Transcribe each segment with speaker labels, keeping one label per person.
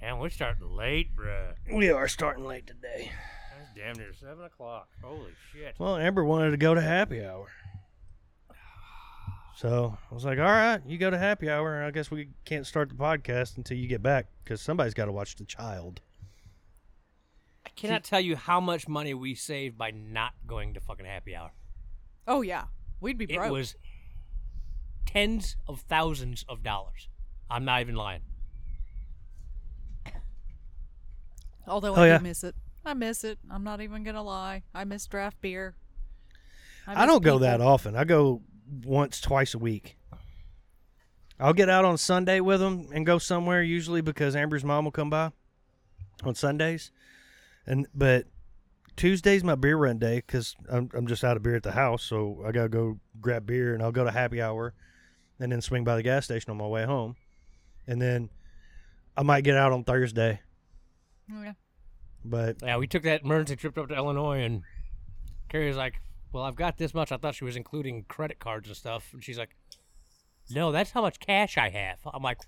Speaker 1: Man, we're starting late, bruh.
Speaker 2: We are starting late today.
Speaker 1: That's damn near seven o'clock. Holy shit.
Speaker 2: Well, Amber wanted to go to happy hour. So I was like, all right, you go to happy hour. and I guess we can't start the podcast until you get back because somebody's got to watch the child.
Speaker 1: I cannot tell you how much money we saved by not going to fucking happy hour.
Speaker 3: Oh yeah, we'd be broke.
Speaker 1: It was tens of thousands of dollars. I'm not even lying.
Speaker 3: Although
Speaker 2: Oh,
Speaker 3: I
Speaker 2: yeah.
Speaker 3: do miss it. I miss it. I'm not even gonna lie. I miss draft beer.
Speaker 2: I,
Speaker 3: miss
Speaker 2: don't go that
Speaker 3: people.
Speaker 2: often. I go once, twice a week. I'll get out on Sunday with them and go somewhere usually because Amber's mom will come by on Sundays. And but Tuesday's my beer run day because I'm I'm just out of beer at the house, so I gotta go grab beer and I'll go to happy hour, and then swing by the gas station on my way home, and then I might get out on Thursday.
Speaker 3: Oh, yeah.
Speaker 2: But
Speaker 1: Yeah, we took that emergency trip up to Illinois, and Carrie was like, "Well, I've got this much." I thought she was including credit cards and stuff, and she's like, "No, that's how much cash I have." I'm like,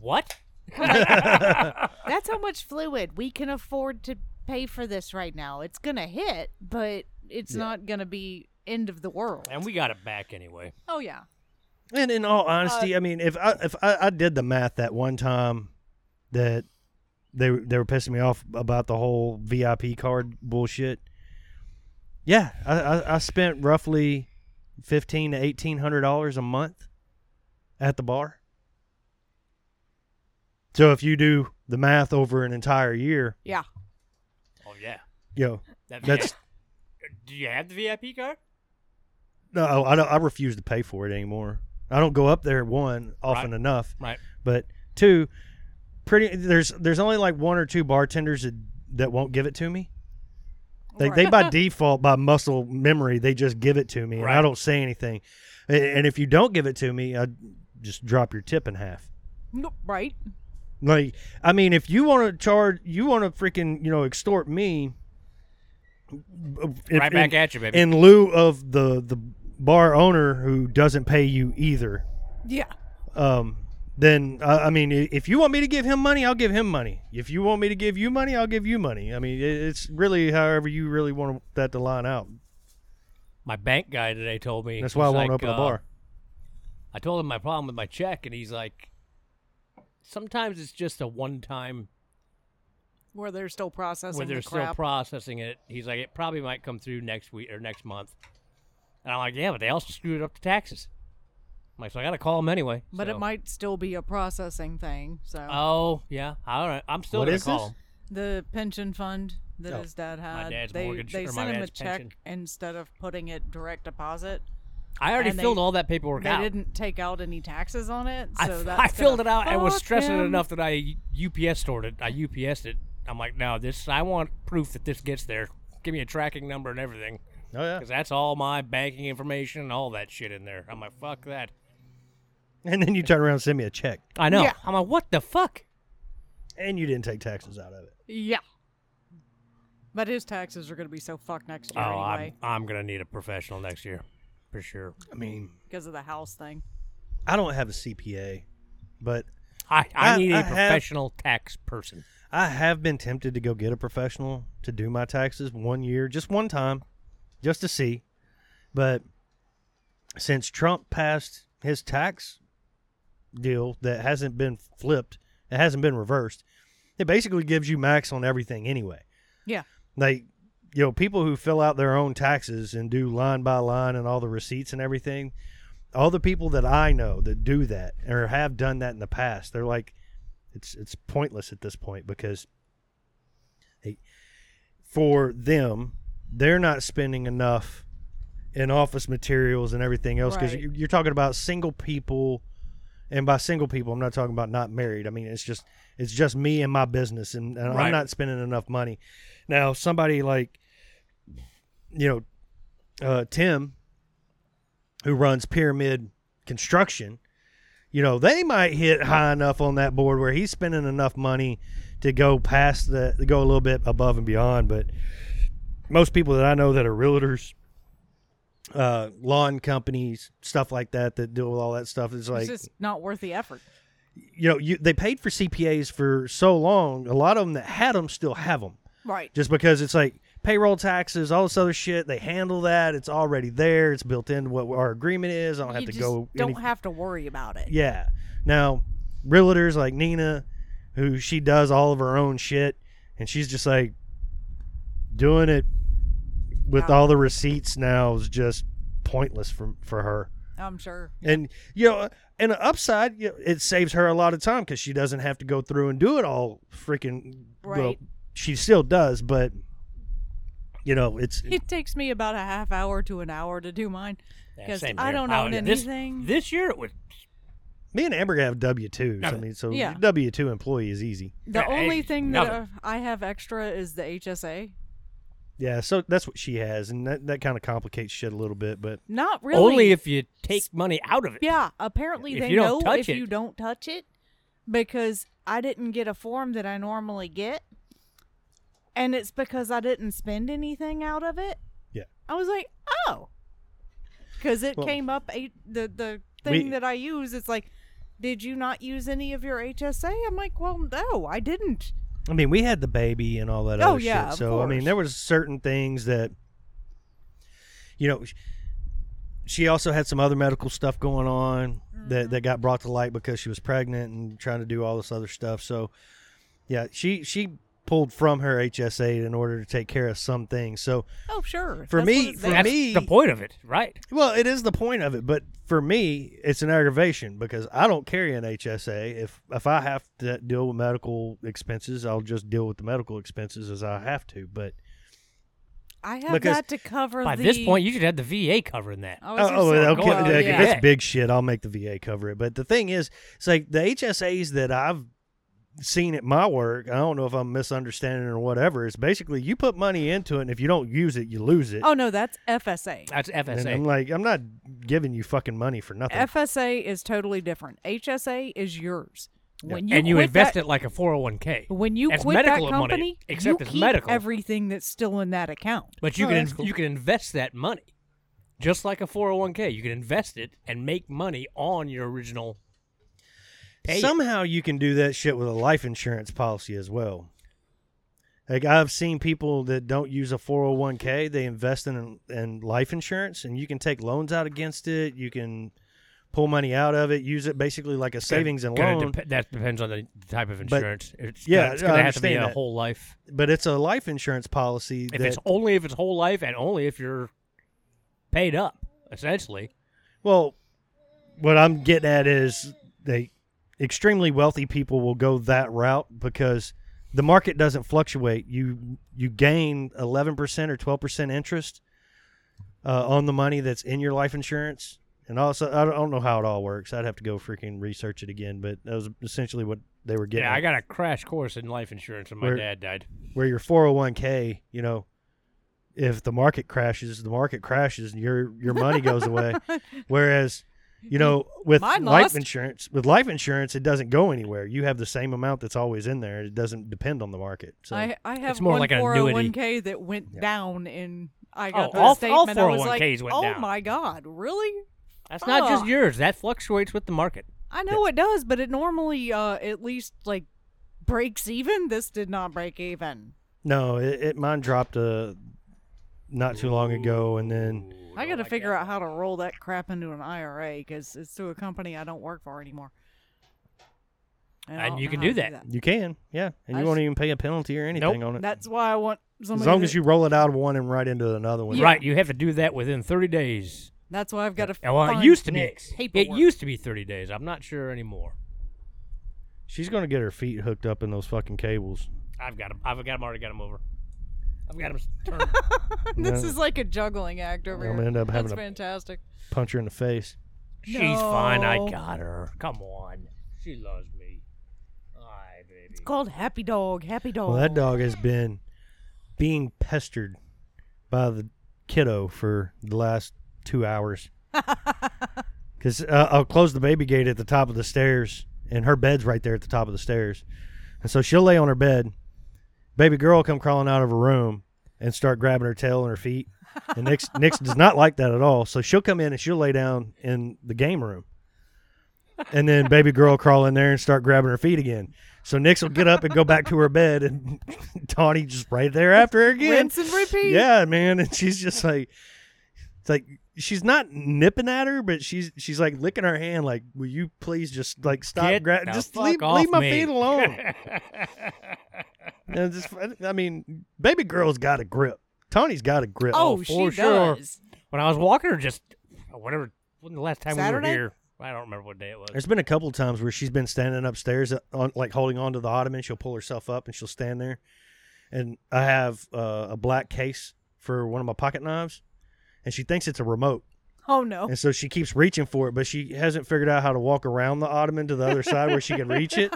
Speaker 1: "What?"
Speaker 4: That's how much fluid we can afford to pay for this right now. It's gonna hit, but it's not gonna be end of the world.
Speaker 1: And we got it back anyway.
Speaker 3: Oh yeah.
Speaker 2: And in all honesty, I mean, if I if I, I did the math that one time that they they were pissing me off about the whole VIP card bullshit. Yeah, I I, I spent roughly fifteen to eighteen hundred dollars a month at the bar. So if you do the math over an entire year,
Speaker 3: Yeah.
Speaker 1: Oh yeah,
Speaker 2: you know,
Speaker 1: That-
Speaker 2: That's-
Speaker 1: Do you have the VIP card?
Speaker 2: no, I don't, I refuse to pay for it anymore. I don't go up there one often
Speaker 1: Right.
Speaker 2: enough.
Speaker 1: Right.
Speaker 2: but two pretty there's there's only like one or two bartenders that, that won't give it to me they, they by default by muscle memory they just give it to me and
Speaker 1: Right.
Speaker 2: i don't say anything A- and if you don't give it to me i just drop your tip in half
Speaker 3: Nope. Right.
Speaker 2: like i mean if you want to charge you want to freaking you know extort me
Speaker 1: right back at you, baby.
Speaker 2: in lieu of the the bar owner who doesn't pay you either
Speaker 3: Yeah.
Speaker 2: um, then I, I mean, i- if you want me to give him money, I'll give him money. If you want me to give you money, I'll give you money. I mean, it, it's really however you really want that to line out.
Speaker 1: my bank guy today told me
Speaker 2: That's why I
Speaker 1: he's
Speaker 2: won't
Speaker 1: like,
Speaker 2: open a
Speaker 1: uh,
Speaker 2: bar.
Speaker 1: I told him my problem with my check, and he's like, "Sometimes it's just a one-time
Speaker 3: Where they're still processing
Speaker 1: when they're
Speaker 3: the
Speaker 1: still
Speaker 3: crap.
Speaker 1: processing it. He's like, it probably might come through next week or next month. And I'm like, yeah, but they also screwed up the taxes. I'm like, so I got to call them anyway.
Speaker 3: but
Speaker 1: So-
Speaker 3: it might still be a processing thing. So
Speaker 1: Oh yeah, all right. I'm still
Speaker 2: What
Speaker 1: gonna
Speaker 2: is
Speaker 1: call
Speaker 2: this?
Speaker 1: 'em.
Speaker 3: the pension fund that
Speaker 2: Oh.
Speaker 3: his dad had,
Speaker 1: dad's
Speaker 3: they
Speaker 1: mortgage-
Speaker 3: they
Speaker 1: or my
Speaker 3: sent him a
Speaker 1: dad's
Speaker 3: check
Speaker 1: pension.
Speaker 3: instead of putting it direct deposit.
Speaker 1: I already
Speaker 3: And they-
Speaker 1: filled all that paperwork
Speaker 3: They
Speaker 1: out.
Speaker 3: didn't take out any taxes on it,
Speaker 1: I,
Speaker 3: so
Speaker 1: f-
Speaker 3: that's
Speaker 1: I filled it
Speaker 3: gonna
Speaker 1: out. I was
Speaker 3: fuck
Speaker 1: stressing it
Speaker 3: him.
Speaker 1: enough that I UPS stored it. I UPSed it. I'm like, no, this. I want proof that this gets there. Give me a tracking number and everything.
Speaker 2: Oh yeah,
Speaker 1: Because that's all my banking information and all that shit in there. I'm like, fuck that.
Speaker 2: and then you turn around and send me a check,
Speaker 1: I know.
Speaker 3: Yeah.
Speaker 1: I'm like, what the fuck?
Speaker 2: and you didn't take taxes out of it.
Speaker 3: Yeah. But his taxes are going to be so fucked next
Speaker 1: Oh,
Speaker 3: year anyway
Speaker 1: I'm, I'm going to need a professional next year for sure.
Speaker 2: I mean,
Speaker 3: because of the house thing.
Speaker 2: I don't have a CPA, but
Speaker 1: I, I,
Speaker 2: I-
Speaker 1: need a
Speaker 2: I have-
Speaker 1: professional tax person.
Speaker 2: I have been tempted to go get a professional to do my taxes one year, just one time, just to see. But since Trump passed his tax deal that hasn't been flipped, it hasn't been reversed, it basically gives you max on everything anyway.
Speaker 3: Yeah.
Speaker 2: Like, you know, people who fill out their own taxes and do line by line and all the receipts and everything, all the people that I know that do that or have done that in the past, they're like, it's it's pointless at this point because they, for them they're not spending enough in office materials and everything else because
Speaker 3: Right.
Speaker 2: you're talking about single people and by single people i'm not talking about not married i mean it's just it's just me and my business and, and
Speaker 1: Right.
Speaker 2: i'm not spending enough money now somebody like you know uh, tim who runs pyramid construction you know they might hit high enough on that board where he's spending enough money to go past the to go a little bit above and beyond but most people that i know that are realtors uh lawn companies stuff like that that deal with all that stuff is like
Speaker 3: it's just not worth the effort.
Speaker 2: you know, you, they paid for CPAs for so long. A lot of them that had them still have them,
Speaker 3: Right.
Speaker 2: just because it's like payroll taxes, all this other shit. They handle that. It's already there. It's built into what our agreement is. I don't have
Speaker 3: you
Speaker 2: to
Speaker 3: just
Speaker 2: go.
Speaker 3: don't
Speaker 2: any-
Speaker 3: have to worry about it.
Speaker 2: yeah. Now, realtors like Nina, who she does all of her own shit, and she's just like doing it with
Speaker 3: Wow.
Speaker 2: all the receipts now is just pointless for for her.
Speaker 3: I'm sure.
Speaker 2: And you know, and the upside, you know, it saves her a lot of time because she doesn't have to go through and do it all. Freaking Well,
Speaker 3: Right.
Speaker 2: she still does, but you know, it's
Speaker 3: It takes me about a half hour to an hour to do mine.
Speaker 1: Yeah,
Speaker 3: 'Cause
Speaker 1: same
Speaker 3: I
Speaker 1: here.
Speaker 3: don't
Speaker 1: Oh,
Speaker 3: own
Speaker 1: yeah, this-
Speaker 3: anything.
Speaker 1: This year it was
Speaker 2: me and Amber have W twos. I
Speaker 1: Nothing.
Speaker 2: mean, so
Speaker 3: Yeah.
Speaker 2: W two employee is easy.
Speaker 3: The
Speaker 1: Yeah,
Speaker 3: only
Speaker 1: hey,
Speaker 3: thing that uh,
Speaker 1: nothing.
Speaker 3: I have extra is the HSA.
Speaker 2: Yeah, so that's what she has, and that, that kind of complicates shit a little bit. But
Speaker 3: Not really.
Speaker 1: only if you take money out of it.
Speaker 3: yeah. Apparently
Speaker 1: If
Speaker 3: they
Speaker 1: you
Speaker 3: know
Speaker 1: don't touch
Speaker 3: if
Speaker 1: it.
Speaker 3: you don't touch it, because I didn't get a form that I normally get, and it's because I didn't spend anything out of it.
Speaker 2: Yeah.
Speaker 3: I was like, oh, because it
Speaker 2: Well-
Speaker 3: came up a, the the thing
Speaker 2: We-
Speaker 3: that I use. It's like, did you not use any of your HSA? I'm like, well, no, I didn't.
Speaker 2: I mean, we had the baby and all that
Speaker 3: Oh,
Speaker 2: other
Speaker 3: yeah,
Speaker 2: shit.
Speaker 3: of
Speaker 2: So I mean,
Speaker 3: course.
Speaker 2: there was certain things that you know. sh- She also had some other medical stuff going on
Speaker 3: Mm-hmm.
Speaker 2: that that got brought to light because she was pregnant and trying to do all this other stuff. So yeah, she she pulled from her HSA in order to take care of some things. So
Speaker 3: Oh, sure.
Speaker 2: For
Speaker 3: That's
Speaker 2: me-
Speaker 3: what it's
Speaker 2: for
Speaker 3: there.
Speaker 1: That's
Speaker 2: me-
Speaker 1: the point of it, right?
Speaker 2: well, it is the point of it, but for me, it's an aggravation because I don't carry an HSA. If if I have to deal with medical expenses, I'll just deal with the medical expenses as I have to. But
Speaker 3: I have
Speaker 2: because
Speaker 3: that to cover
Speaker 1: By
Speaker 3: the.
Speaker 1: this point, you should have the VA covering that.
Speaker 3: I was
Speaker 2: Oh,
Speaker 3: gonna
Speaker 2: oh,
Speaker 3: say,
Speaker 2: okay.
Speaker 1: going
Speaker 2: okay,
Speaker 1: to
Speaker 2: if
Speaker 1: the
Speaker 2: It's
Speaker 1: VA.
Speaker 2: big shit. I'll make the VA cover it. But the thing is, it's like the HSAs that I've seen at my work. I don't know if I'm misunderstanding or whatever. It's basically you put money into it, and if you don't use it, you lose it.
Speaker 3: Oh no, that's FSA.
Speaker 1: That's
Speaker 2: and I'm
Speaker 1: FSA.
Speaker 2: like, I'm not giving you fucking money for nothing.
Speaker 3: FSA is totally different. HSA is yours. When you
Speaker 1: and you
Speaker 3: quit
Speaker 1: invest
Speaker 3: that,
Speaker 1: it like a 401k.
Speaker 3: when you
Speaker 1: It's
Speaker 3: quit that
Speaker 1: medical
Speaker 3: company,
Speaker 1: money, except
Speaker 3: you
Speaker 1: it's
Speaker 3: keep
Speaker 1: medical.
Speaker 3: everything that's still in that account.
Speaker 1: But you
Speaker 2: Oh,
Speaker 1: can
Speaker 2: that's
Speaker 1: in-
Speaker 2: cool.
Speaker 1: you can invest that money, just like a 401k. You can invest it and make money on your original. Pay
Speaker 2: Somehow you can do that shit with a life insurance policy as well. Like I've seen people that don't use a 401k, they invest in in life insurance and you can take loans out against it, you can pull money out of it, use it basically like a savings and
Speaker 1: Gonna
Speaker 2: loan,
Speaker 1: dep- that depends on the type of insurance. it's
Speaker 2: yeah,
Speaker 1: gonna, it's
Speaker 2: I
Speaker 1: gonna have to be
Speaker 2: understand
Speaker 1: a
Speaker 2: that.
Speaker 1: whole life.
Speaker 2: but it's a life insurance policy
Speaker 1: If
Speaker 2: that
Speaker 1: it's only if it's whole life and only if you're paid up, essentially.
Speaker 2: well what I'm getting at is they extremely wealthy people will go that route because the market doesn't fluctuate. You you gain eleven percent or twelve percent interest uh, on the money that's in your life insurance, and also I don't, I don't know how it all works. I'd have to go freaking research it again, but that was essentially what they were getting.
Speaker 1: Yeah,
Speaker 2: at
Speaker 1: I got a crash course in life insurance when my
Speaker 2: Where-
Speaker 1: dad died.
Speaker 2: where your 401k, you know, if the market crashes, the market crashes and your your money goes away. Whereas, you know, with
Speaker 3: Mine
Speaker 2: life
Speaker 3: lost.
Speaker 2: insurance, with life insurance it doesn't go anywhere. You have the same amount that's always in there. It doesn't depend on the market. So
Speaker 3: I, I have
Speaker 1: It's more
Speaker 3: one
Speaker 1: like an annuity.
Speaker 3: 401k that went down in. I got
Speaker 1: Oh,
Speaker 3: the
Speaker 1: all- all
Speaker 3: statement. I was like,
Speaker 1: 401ks went
Speaker 3: oh
Speaker 1: down."
Speaker 3: my god, really?
Speaker 1: That's not just
Speaker 3: Oh.
Speaker 1: yours. That fluctuates with the market.
Speaker 3: I know it does, but it normally uh, at least like breaks even. This did not break even.
Speaker 2: no, it, it mine dropped uh, not too long ago and then
Speaker 3: I got to figure out how to roll that crap into an IRA because it's through a company I don't work for anymore. I
Speaker 1: And
Speaker 3: don't
Speaker 1: you
Speaker 3: know
Speaker 1: can
Speaker 3: how
Speaker 1: do
Speaker 3: to
Speaker 1: that.
Speaker 2: you can. Yeah, and
Speaker 3: I
Speaker 2: you
Speaker 3: just-
Speaker 2: won't even pay a penalty or anything on it.
Speaker 3: That's why I want
Speaker 2: as
Speaker 3: somebody.
Speaker 2: long as
Speaker 3: that-
Speaker 2: you roll it out of one and right into another one.
Speaker 3: Yeah.
Speaker 1: Right, you have to do that within 30 days.
Speaker 3: That's why I've got to.
Speaker 1: And, Well, it used to be.
Speaker 2: Nick's
Speaker 1: It
Speaker 3: paperwork.
Speaker 1: used to be 30 days. I'm not sure anymore.
Speaker 2: She's going to get her feet hooked up in those fucking cables.
Speaker 1: I've got them. I've got them already. Got them over. I've got them turned.
Speaker 3: this
Speaker 2: No.
Speaker 3: is like a juggling act
Speaker 2: I'm
Speaker 3: over
Speaker 1: Oh,
Speaker 3: here.
Speaker 2: gonna end up having
Speaker 3: That's
Speaker 2: a-
Speaker 3: fantastic.
Speaker 2: Punch her in the face.
Speaker 1: She's fine. I
Speaker 3: No.
Speaker 1: got her. Come on. She loves me. Aye, baby.
Speaker 3: It's called Happy Dog. Happy Dog.
Speaker 2: Well, that dog has been being pestered by the kiddo for the last two hours. Because uh, I'll close the baby gate at the top of the stairs, and her bed's right there at the top of the stairs. And so she'll lay on her bed. Baby girl will come crawling out of her room and start grabbing her tail and her feet. And Nix, Nix does not like that at all. So she'll come in and she'll lay down in the game room. and then baby girl will crawl in there and start grabbing her feet again. So Nix will get up and go back to her bed, and Tawny just right there after her again.
Speaker 4: Rinse and repeat.
Speaker 2: Yeah, man, and she's just like, it's like she's not nipping at her, but she's she's like licking her hand, like, "Will you please just like stop?
Speaker 1: Get
Speaker 2: gra-
Speaker 1: the
Speaker 2: just
Speaker 1: fuck
Speaker 2: leave
Speaker 1: off
Speaker 2: leave my
Speaker 1: me."
Speaker 2: feet alone." And just- I mean, baby girl's got a grip. Tawny's got a grip.
Speaker 4: Oh,
Speaker 1: Oh,
Speaker 4: she
Speaker 1: for sure.
Speaker 4: does.
Speaker 1: when I was walking her, just whatever. When the last time
Speaker 3: Saturday?
Speaker 1: we were here, I don't remember what day it was.
Speaker 2: There's been a couple of times where she's been standing upstairs, uh, on, like holding onto the ottoman. She'll pull herself up and she'll stand there. And I have uh, a black case for one of my pocket knives, and she thinks it's a remote,
Speaker 3: Oh no.
Speaker 2: and so she keeps reaching for it, but she hasn't figured out how to walk around the ottoman to the other side where she can reach it.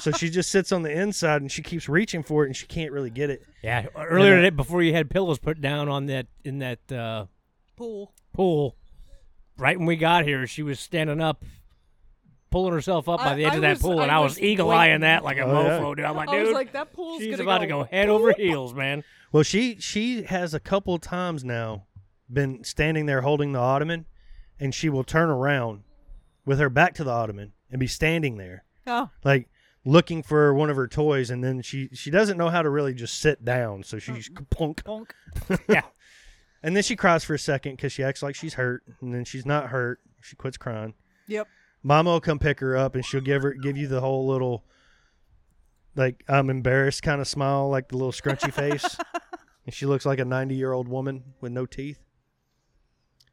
Speaker 2: So she just sits on the inside and she keeps reaching for it, and she can't really get it.
Speaker 1: yeah, earlier
Speaker 2: And, uh,
Speaker 1: today, before you had pillows put down on that in that uh,
Speaker 3: Pool.
Speaker 1: pool, right when we got here, she was standing up. Pulling herself up by
Speaker 3: I-
Speaker 1: the edge
Speaker 3: I
Speaker 1: of that
Speaker 3: was-
Speaker 1: pool,
Speaker 3: I
Speaker 1: and I was
Speaker 3: was
Speaker 1: eagle eyeing
Speaker 3: waiting.
Speaker 1: that like a
Speaker 2: Oh, yeah.
Speaker 1: mofo, dude. I'm like,
Speaker 3: I was
Speaker 1: dude,
Speaker 3: like, that pool's
Speaker 1: she's
Speaker 3: gonna
Speaker 1: about to
Speaker 3: go.
Speaker 1: go head over heels, man.
Speaker 2: Well, she she has a couple times now been standing there holding the ottoman, and she will turn around with her back to the ottoman and be standing there
Speaker 3: Oh,
Speaker 2: like looking for one of her toys, and then she she doesn't know how to really just sit down, so she's plunk.
Speaker 3: bonk.
Speaker 2: And then she cries for a second because she acts like she's hurt, and then she's not hurt. She quits crying.
Speaker 3: Yep.
Speaker 2: Mama will come pick her up, and she'll give her give you the whole little like I'm embarrassed kind of smile, like the little scrunchy face, and she looks like a 90 year old woman with no teeth.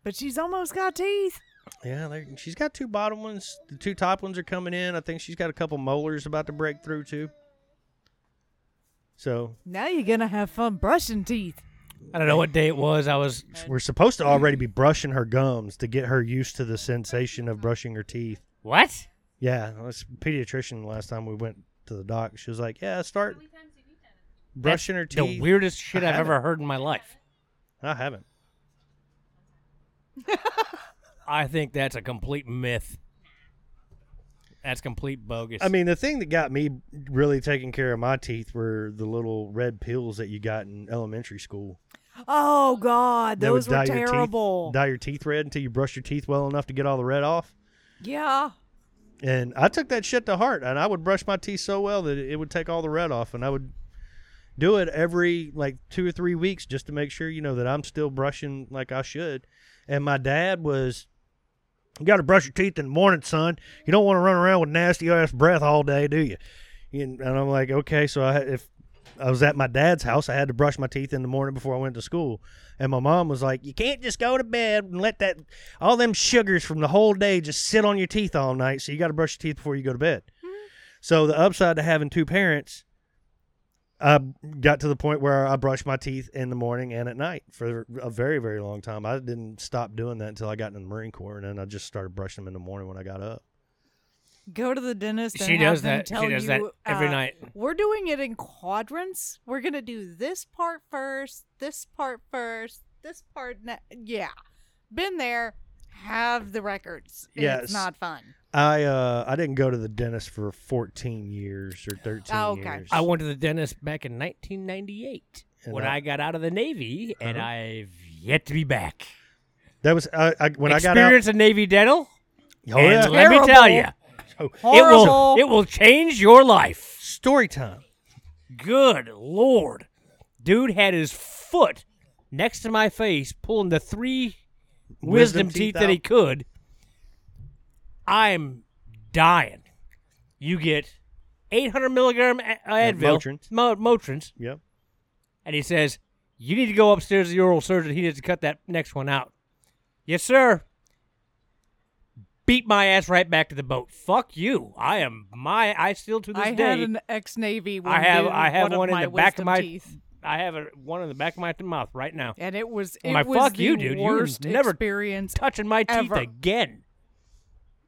Speaker 4: But she's almost got teeth.
Speaker 2: Yeah, there- she's got two bottom ones. The two top ones are coming in. I think she's got a couple molars about to break through too. So
Speaker 4: Now you're gonna have fun brushing teeth.
Speaker 1: I don't know what day it was. I was
Speaker 2: we're supposed to already be brushing her gums to get her used to the sensation of brushing her teeth.
Speaker 1: what?
Speaker 2: Yeah, this pediatrician last time we went to the doc, she was like, "Yeah, start brushing her
Speaker 1: That's
Speaker 2: teeth."
Speaker 1: The weirdest shit
Speaker 2: I
Speaker 1: I've
Speaker 2: haven't.
Speaker 1: ever heard in my life.
Speaker 2: I haven't.
Speaker 1: I think that's a complete myth. That's complete bogus.
Speaker 2: I mean, the thing that got me really taking care of my teeth were the little red pills that you got in elementary school.
Speaker 4: Oh God,
Speaker 2: That would
Speaker 4: those were
Speaker 2: dye your teeth-
Speaker 4: terrible.
Speaker 2: dye your teeth red until you brush your teeth well enough to get all the red off.
Speaker 3: Yeah.
Speaker 2: And I took that shit to heart, and I would brush my teeth so well that it would take all the red off, and I would do it every like two or three weeks just to make sure you know that I'm still brushing like I should. And my dad was, "You got to brush your teeth in the morning, son. You don't want to run around with nasty ass breath all day, do you?" And, and I'm like, okay, so I, if I was at my dad's house, I had to brush my teeth in the morning before I went to school, and my mom was like, "You can't just go to bed and let that all them sugars from the whole day just sit on your teeth all night. So you got to brush your teeth before you go to bed."
Speaker 4: Mm-hmm.
Speaker 2: So the upside to having two parents, I got to the point where I brushed my teeth in the morning and at night for a very very long time. I didn't stop doing that until I got in the Marine Corps, and then I just started brushing them in the morning when I got up.
Speaker 3: Go to the dentist. And
Speaker 1: She
Speaker 3: have
Speaker 1: does
Speaker 3: them
Speaker 1: that- she
Speaker 3: tell
Speaker 1: does
Speaker 3: you,
Speaker 1: that every
Speaker 3: uh,
Speaker 1: night.
Speaker 3: We're doing it in quadrants. We're gonna do this part first, this part first, this part. Ne- yeah,
Speaker 4: Been there. Have the records.
Speaker 2: Yes.
Speaker 4: It's not fun.
Speaker 2: I uh I didn't go to the dentist for 14 years or 13
Speaker 4: Oh, okay.
Speaker 2: years.
Speaker 1: I went to the dentist back in 1998
Speaker 2: And
Speaker 1: when
Speaker 2: that-
Speaker 1: I got out of the Navy, and
Speaker 2: Uh-huh.
Speaker 1: I've yet to be back.
Speaker 2: that was I, I when
Speaker 1: Experience a Navy dental,
Speaker 2: I got out. Oh,
Speaker 1: and
Speaker 2: yeah.
Speaker 1: let me tell you, it will
Speaker 3: horrible.
Speaker 1: it will change your life.
Speaker 2: Story time.
Speaker 1: Good lord, dude had his foot next to my face, pulling the three wisdom, teeth, that he
Speaker 2: out.
Speaker 1: could. I'm dying. You get 800 milligram A- Advil,
Speaker 2: Motrin.
Speaker 1: Mo- Motrins,
Speaker 2: Yep.
Speaker 1: and he says, "You need to go upstairs to your oral surgeon. He needs to cut that next one out." Yes, sir. Beat my ass right back to the boat. Fuck you. I am my. I still to this
Speaker 4: I
Speaker 1: day.
Speaker 4: had an ex-navy. One
Speaker 1: I have-
Speaker 4: do
Speaker 1: I have
Speaker 4: one,
Speaker 1: one
Speaker 4: of
Speaker 1: in
Speaker 4: my
Speaker 1: the back of
Speaker 4: wisdom
Speaker 1: my-
Speaker 4: teeth,
Speaker 1: I have a, one in the back of my mouth right now.
Speaker 4: and it was it
Speaker 1: I'm like,
Speaker 4: was
Speaker 1: "Fuck
Speaker 4: the
Speaker 1: you, dude. You
Speaker 4: worst
Speaker 1: never
Speaker 4: experience.
Speaker 1: Touching my teeth
Speaker 4: Ever.
Speaker 1: again.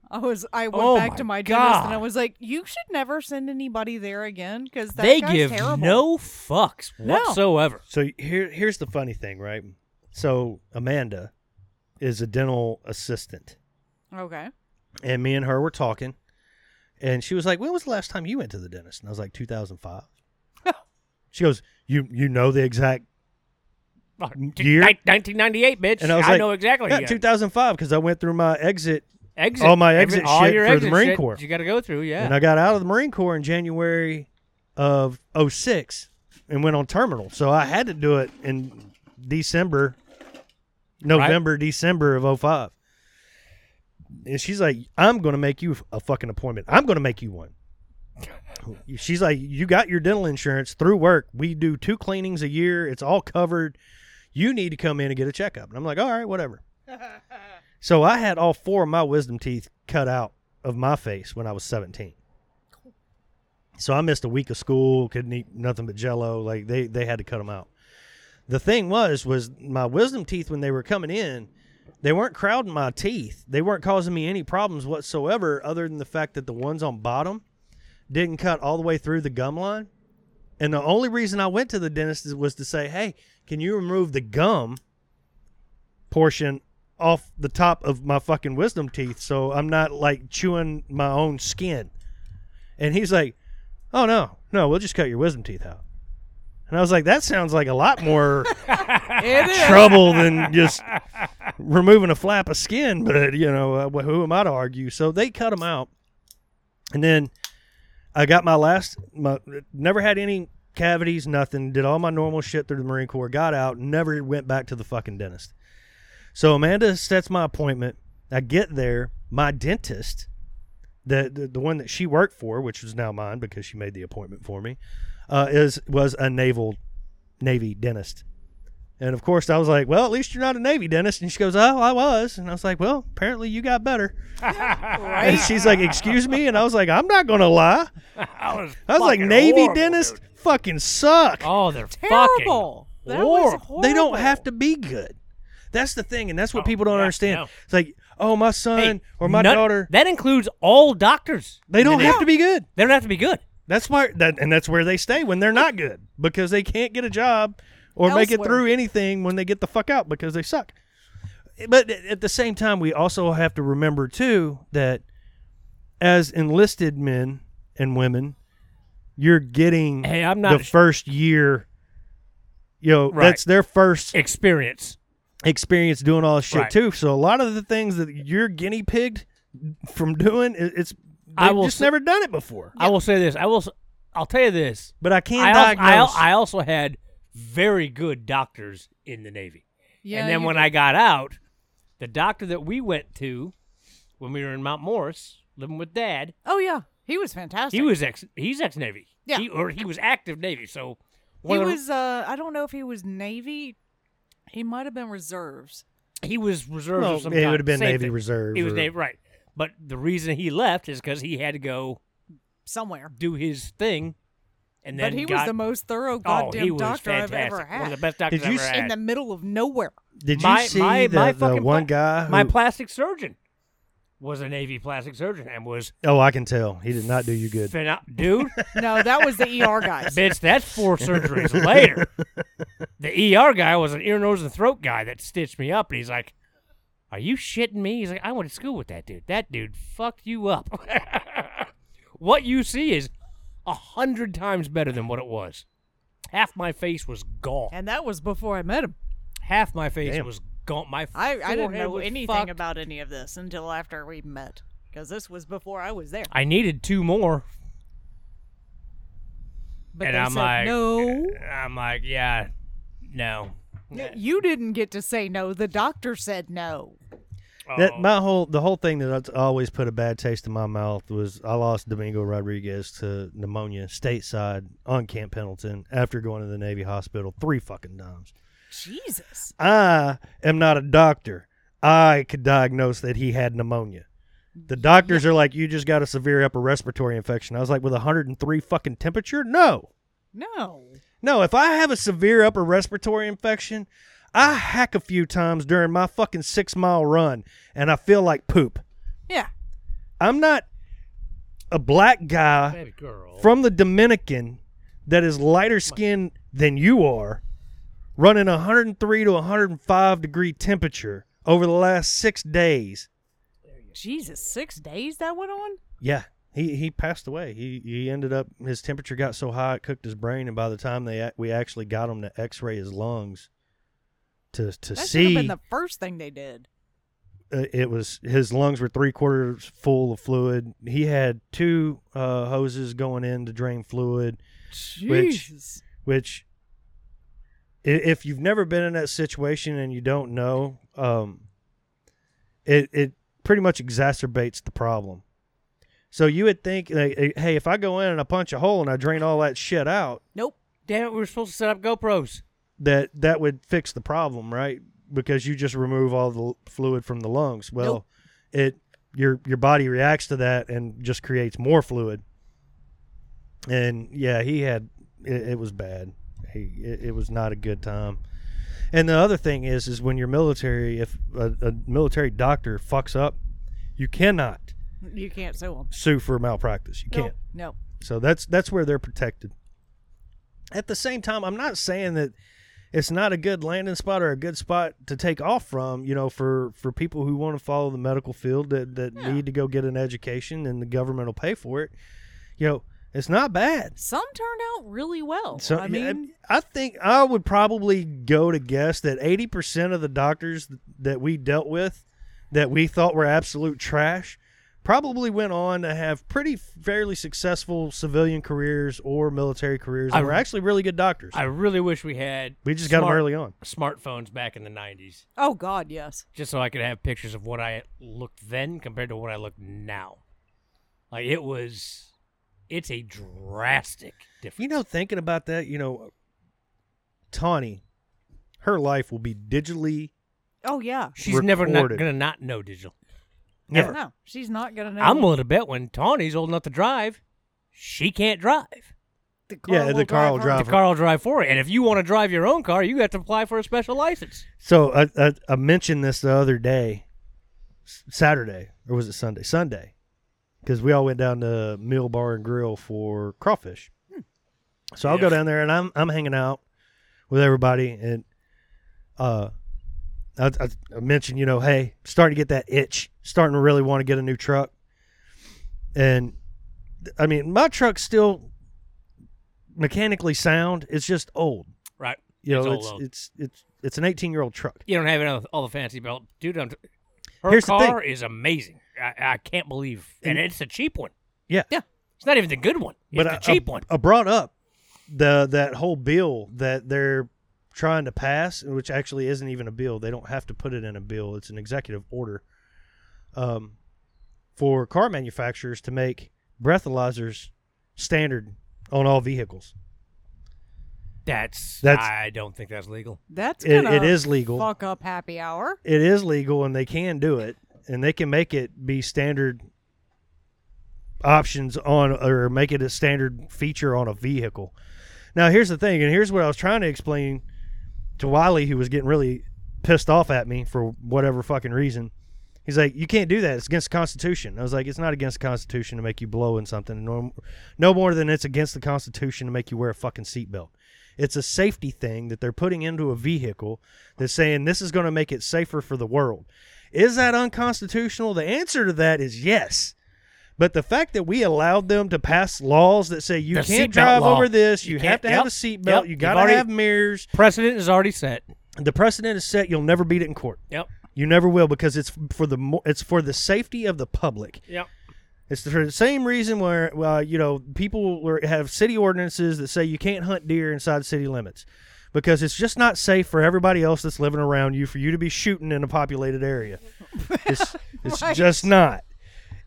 Speaker 4: I was I went
Speaker 1: Oh
Speaker 4: back
Speaker 1: my
Speaker 4: to my dentist and I
Speaker 1: God.
Speaker 4: was like, you should never send anybody there again because
Speaker 1: They give
Speaker 4: terrible.
Speaker 1: no fucks
Speaker 4: No.
Speaker 1: whatsoever.
Speaker 2: So here here's the funny thing, right? So Amanda is a dental assistant
Speaker 4: Okay.
Speaker 2: and me and her were talking and she was like, "When was the last time you went to the dentist?" And I was like, "2005." she goes, "You you know the exact
Speaker 1: Fuck,
Speaker 2: Year?
Speaker 1: Oh, Nin- 1998, bitch.
Speaker 2: And I was like,
Speaker 1: know exactly.
Speaker 2: yeah,
Speaker 1: yeah.
Speaker 2: 2005 because I went through my exit
Speaker 1: exit.
Speaker 2: All my
Speaker 1: every-
Speaker 2: exit
Speaker 1: all
Speaker 2: shit
Speaker 1: your
Speaker 2: for the
Speaker 1: exit
Speaker 2: Marine
Speaker 1: shit
Speaker 2: Corps.
Speaker 1: You got to go through, yeah.
Speaker 2: And I got out of the Marine Corps in January of 06 and went on terminal. So I had to do it in December, November, December of 05. And she's like, I'm going to make you a fucking appointment. I'm going to make you one. She's like, You got your dental insurance through work. We do two cleanings a year. It's all covered. You need to come in and get a checkup. And I'm like, All right, whatever. so I had all four of my wisdom teeth cut out of my face when I was 17. So I missed a week of school, couldn't eat nothing but jello. Like they they had to cut them out. The thing was was my wisdom teeth when they were coming in, they weren't crowding my teeth. They weren't causing me any problems whatsoever other than the fact that the ones on bottom didn't cut all the way through the gum line. And the only reason I went to the dentist is- was to say, "Hey, can you remove the gum portion off the top of my fucking wisdom teeth so I'm not like chewing my own skin. And he's like, Oh no, no, we'll just cut your wisdom teeth out. And I was like, that sounds like a lot more trouble than just removing a flap of skin. But, you know, uh, wh- who am I to argue? So they cut them out. And then I got my last, my, never had any cavities, nothing. Did all my normal shit through the Marine Corps, got out, never went back to the fucking dentist. So Amanda sets my appointment. I get there. My dentist, the, the the one that she worked for, which was now mine because she made the appointment for me, uh, is was a naval navy dentist. And of course, I was like, "Well, at least you're not a navy dentist." And she goes, "Oh, I was." And I was like, "Well, apparently you got better." And she's like, "Excuse me," and I was like, "I'm not gonna lie."
Speaker 1: I was,
Speaker 2: I was like,
Speaker 1: fucking
Speaker 2: "Navy
Speaker 1: horrible,
Speaker 2: dentist
Speaker 1: dude.
Speaker 2: fucking suck."
Speaker 1: Oh, they're
Speaker 4: Terrible.
Speaker 1: fucking
Speaker 4: That was
Speaker 1: Oh, horrible.
Speaker 2: They don't have to be good. That's the thing, and that's what
Speaker 1: Oh,
Speaker 2: people don't
Speaker 1: yeah,
Speaker 2: understand.
Speaker 1: no.
Speaker 2: It's like, oh, my son
Speaker 1: Hey,
Speaker 2: or my
Speaker 1: none-
Speaker 2: daughter,
Speaker 1: That includes all doctors.
Speaker 2: they don't
Speaker 1: Yeah.
Speaker 2: have to be good.
Speaker 1: They don't have to be good.
Speaker 2: That's why, that, and that's where they stay when they're not good because they can't get a job or make it
Speaker 4: Elsewhere.
Speaker 2: through anything when they get the fuck out because they suck. But at at the same time, we also have to remember too that as enlisted men and women, you're getting
Speaker 1: Hey, I'm not
Speaker 2: the first year. You know,
Speaker 1: Right.
Speaker 2: that's their first
Speaker 1: experience.
Speaker 2: experience doing all this shit
Speaker 1: Right.
Speaker 2: too. So a lot of the things that you're guinea pigged from doing, it, it's
Speaker 1: I
Speaker 2: I've
Speaker 1: will
Speaker 2: just
Speaker 1: say-
Speaker 2: never done it before.
Speaker 1: I will say this. I will. s- I'll tell you this.
Speaker 2: But I can
Speaker 1: I, al- I, al-
Speaker 2: diagnose.
Speaker 1: I also had very good doctors in the Navy.
Speaker 4: Yeah,
Speaker 1: and then
Speaker 4: you
Speaker 1: when I got out, the doctor that we went to when we were in Mount Morris, living with Dad,
Speaker 4: Oh yeah, he was fantastic.
Speaker 1: he was ex. He's ex Navy.
Speaker 4: Yeah.
Speaker 1: He, or he was active Navy. So
Speaker 4: He
Speaker 1: one of the-
Speaker 4: was. Uh, I don't know if he was Navy. He might have been reserves.
Speaker 1: he was reserves
Speaker 2: Well,
Speaker 1: of some
Speaker 2: it
Speaker 1: kind.
Speaker 2: would have been
Speaker 1: Same
Speaker 2: Navy
Speaker 1: thing.
Speaker 2: Reserve
Speaker 1: He was
Speaker 2: or-
Speaker 1: Navy, right? But the reason he left is because he had to go
Speaker 4: somewhere.
Speaker 1: do his thing, and then
Speaker 4: But he was
Speaker 1: got-
Speaker 4: the most thorough
Speaker 1: oh,
Speaker 4: goddamn
Speaker 1: he was
Speaker 4: doctor
Speaker 1: fantastic.
Speaker 4: I've ever
Speaker 1: One
Speaker 4: had.
Speaker 1: of the best doctors
Speaker 2: Did you
Speaker 1: I've
Speaker 2: s-
Speaker 1: ever
Speaker 4: in
Speaker 1: had.
Speaker 4: the middle of nowhere.
Speaker 2: Did you
Speaker 1: my
Speaker 2: see
Speaker 1: my,
Speaker 2: the,
Speaker 1: my
Speaker 2: the
Speaker 1: fucking
Speaker 2: one
Speaker 1: pla-
Speaker 2: guy?
Speaker 1: my
Speaker 2: who-
Speaker 1: plastic surgeon was a Navy plastic surgeon and was
Speaker 2: oh, I can tell he did not do you good.
Speaker 1: pheno- dude,
Speaker 4: No, that was the ER guys.
Speaker 1: bitch. That's four surgeries later. The ER guy was an ear, nose, and throat guy that stitched me up, and he's like, "Are you shitting me?" He's like, "I went to school with that dude. That dude fucked you up. what you see is a hundred times better than what it was. Half my face was gone.
Speaker 4: And that was before I met him.
Speaker 1: half my face
Speaker 2: Damn.
Speaker 1: was gone. My
Speaker 4: I, I didn't
Speaker 1: forehead
Speaker 4: know
Speaker 1: was
Speaker 4: anything
Speaker 1: fucked.
Speaker 4: about any of this until after we met. Because this was before I was there.
Speaker 1: I needed two more,
Speaker 4: But
Speaker 1: and
Speaker 4: they
Speaker 1: I'm
Speaker 4: said,
Speaker 1: like,
Speaker 4: no,
Speaker 1: I'm like, yeah, no.
Speaker 4: you didn't get to say no. The doctor said no.
Speaker 2: That
Speaker 1: Oh,
Speaker 2: my whole the whole thing that I always put a bad taste in my mouth was I lost Domingo Rodriguez to pneumonia stateside on Camp Pendleton after going to the Navy hospital three fucking times.
Speaker 4: Jesus.
Speaker 2: I am not a doctor. I could diagnose that he had pneumonia. The doctors are like, you just got a severe upper respiratory infection. I was like, with 103 fucking temperature? No.
Speaker 4: No.
Speaker 2: No, if I have a severe upper respiratory infection, I hack a few times during my fucking six mile run and I feel like poop.
Speaker 4: Yeah.
Speaker 2: I'm not a black guy
Speaker 1: baby girl.
Speaker 2: from the Dominican that is lighter skinned than you are, running 103 to 105 degree temperature over the last six days.
Speaker 4: Jesus, six days that went on?
Speaker 2: Yeah, he, he passed away. He he ended up his temperature got so high it cooked his brain, and by the time they ac- we actually got him to X-ray his lungs to to
Speaker 4: That should have
Speaker 2: see
Speaker 4: been the first thing they did.
Speaker 2: uh, it was his lungs were three quarters full of fluid. He had two uh, hoses going in to drain fluid, Which-
Speaker 4: Jesus.
Speaker 2: which i- if you've never been in that situation and you don't know, um, it it pretty much exacerbates the problem. So you would think, like, eh, hey, if I go in and I punch a hole and I drain all that shit out,
Speaker 1: Nope. Damn it, we were supposed to set up GoPros.
Speaker 2: that that would fix the problem, right? Because you just remove all the l- fluid from the lungs. Well,
Speaker 1: Nope.
Speaker 2: it your your body reacts to that and just creates more fluid. And yeah, he had it, it was bad. He it, it was not a good time. And the other thing is, is when you're military, if a, a military doctor fucks up, you cannot
Speaker 4: You can't sue them.
Speaker 2: sue for malpractice. You
Speaker 4: Nope.
Speaker 2: can't.
Speaker 4: Nope.
Speaker 2: So that's that's where they're protected. At the same time, I'm not saying that it's not a good landing spot or a good spot to take off from, you know, for for people who want to follow the medical field that that need to go get an education and the government will pay for it. You know, it's not bad.
Speaker 4: Some turned out really well.
Speaker 2: So
Speaker 4: I mean,
Speaker 2: I think I would probably go to guess that 80% of the doctors that we dealt with that we thought were absolute trash probably went on to have pretty fairly successful civilian careers or military careers. They
Speaker 1: I-
Speaker 2: were actually really good doctors.
Speaker 1: I really wish we had.
Speaker 2: we just got 'em got them
Speaker 1: smart-
Speaker 2: early on.
Speaker 1: Smartphones back in the '90s,
Speaker 4: oh God, yes.
Speaker 1: just so I could have pictures of what I looked then compared to what I look now. Like it was, it's a drastic difference.
Speaker 2: You know, thinking about that, you know, Tawny, her life will be digitally.
Speaker 4: Oh yeah.
Speaker 1: she's never not
Speaker 2: recorded.
Speaker 1: gonna not know digital.
Speaker 2: Never.
Speaker 4: No, she's not gonna know.
Speaker 1: I'm willing to bet when Tawny's old enough to drive, she can't drive.
Speaker 4: The car
Speaker 2: Yeah,
Speaker 4: will
Speaker 2: the car will
Speaker 4: her.
Speaker 1: The
Speaker 2: drive. her.
Speaker 1: car will drive for her, and if you want to drive your own car, you have to apply for a special license.
Speaker 2: So I, I, I mentioned this the other day, S- Saturday or was it Sunday? Sunday, because we all went down to Mill Bar and Grill for crawfish. So I'll go
Speaker 1: Hmm. Yes.
Speaker 2: down there and I'm I'm hanging out with everybody and uh, I, I, I mentioned you know hey starting to get that itch, starting to really want to get a new truck, and th- I mean my truck's still mechanically sound. It's just old.
Speaker 1: Right.
Speaker 2: You
Speaker 1: It's
Speaker 2: know,
Speaker 1: old,
Speaker 2: it's
Speaker 1: old.
Speaker 2: it's it's it's an 18 year old truck.
Speaker 1: You don't have any of all the fancy belt, dude. I'm t- her
Speaker 2: Here's the thing.
Speaker 1: car is amazing. I, I can't believe, and
Speaker 2: And-
Speaker 1: it's a cheap one.
Speaker 2: Yeah.
Speaker 4: Yeah.
Speaker 1: It's not even the good one. It's
Speaker 2: but
Speaker 1: the
Speaker 2: I,
Speaker 1: cheap
Speaker 2: I,
Speaker 1: one.
Speaker 2: I brought up the that whole bill that they're trying to pass, which actually isn't even a bill. They don't have to put it in a bill. It's an executive order, um, for car manufacturers to make breathalyzers standard on all vehicles.
Speaker 1: That's,
Speaker 2: That's-
Speaker 1: I don't think that's legal.
Speaker 4: That's
Speaker 2: It,
Speaker 4: gonna
Speaker 2: it is legal.
Speaker 4: fuck up happy hour.
Speaker 2: It is legal, and they can do it, and they can make it be standard options on or make it a standard feature on a vehicle. Now, here's the thing, and here's what I was trying to explain to Wiley, who was getting really pissed off at me for whatever fucking reason. He's like, "You can't do that. It's against the Constitution." I was like, "It's not against the Constitution to make you blow in something, no, no more than it's against the Constitution to make you wear a fucking seatbelt. It's a safety thing that they're putting into a vehicle that's saying this is going to make it safer for the world. Is that unconstitutional? The answer to that is yes." But the fact that we allowed them to pass laws that say you
Speaker 1: The
Speaker 2: can't
Speaker 1: seatbelt
Speaker 2: drive
Speaker 1: law.
Speaker 2: over this,
Speaker 1: You
Speaker 2: you,
Speaker 1: can't-
Speaker 2: have to have
Speaker 1: yep,
Speaker 2: a seatbelt,
Speaker 1: yep,
Speaker 2: you
Speaker 1: you've
Speaker 2: got to
Speaker 1: already-
Speaker 2: have mirrors,
Speaker 1: Precedent is already set.
Speaker 2: the precedent is set. You'll never beat it in court.
Speaker 1: Yep.
Speaker 2: You never will because it's for the mo- it's for the safety of the public.
Speaker 1: Yep.
Speaker 2: It's for the same reason where well, you know people were- have city ordinances that say you can't hunt deer inside city limits because it's just not safe for everybody else that's living around you for you to be shooting in a populated area. It's, it's
Speaker 4: Right.
Speaker 2: just not.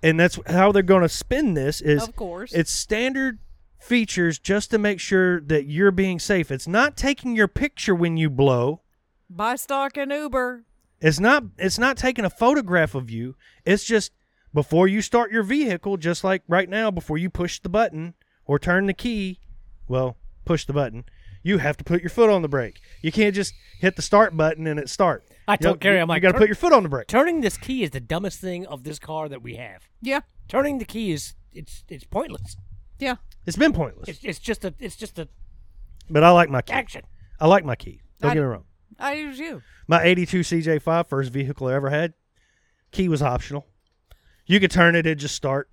Speaker 2: And that's how they're going to spin this is
Speaker 4: Of course.
Speaker 2: it's standard features just to make sure that you're being safe. It's not taking your picture when you blow.
Speaker 4: Buy stock in Uber.
Speaker 2: It's not it's not taking a photograph of you. It's just before you start your vehicle, just like right now, before you push the button or turn the key, well, push the button, you have to put your foot on the brake. You can't just hit the start button and it start.
Speaker 1: I
Speaker 2: You
Speaker 1: told
Speaker 2: know,
Speaker 1: Carrie,
Speaker 2: you-
Speaker 1: I'm like,
Speaker 2: you got to
Speaker 1: "Turn-
Speaker 2: put your foot on the brake.
Speaker 1: Turning this key is the dumbest thing of this car that we have.
Speaker 4: Yeah.
Speaker 1: Turning the key is it's it's pointless.
Speaker 4: Yeah.
Speaker 2: It's been pointless,
Speaker 1: It's, it's just a it's just a
Speaker 2: but I like my key.
Speaker 1: action.
Speaker 2: I like my key. Don't
Speaker 4: I-
Speaker 2: get me wrong.
Speaker 4: I use you.
Speaker 2: My '82 CJ5, first vehicle I ever had, key was optional. You could turn it; it just start.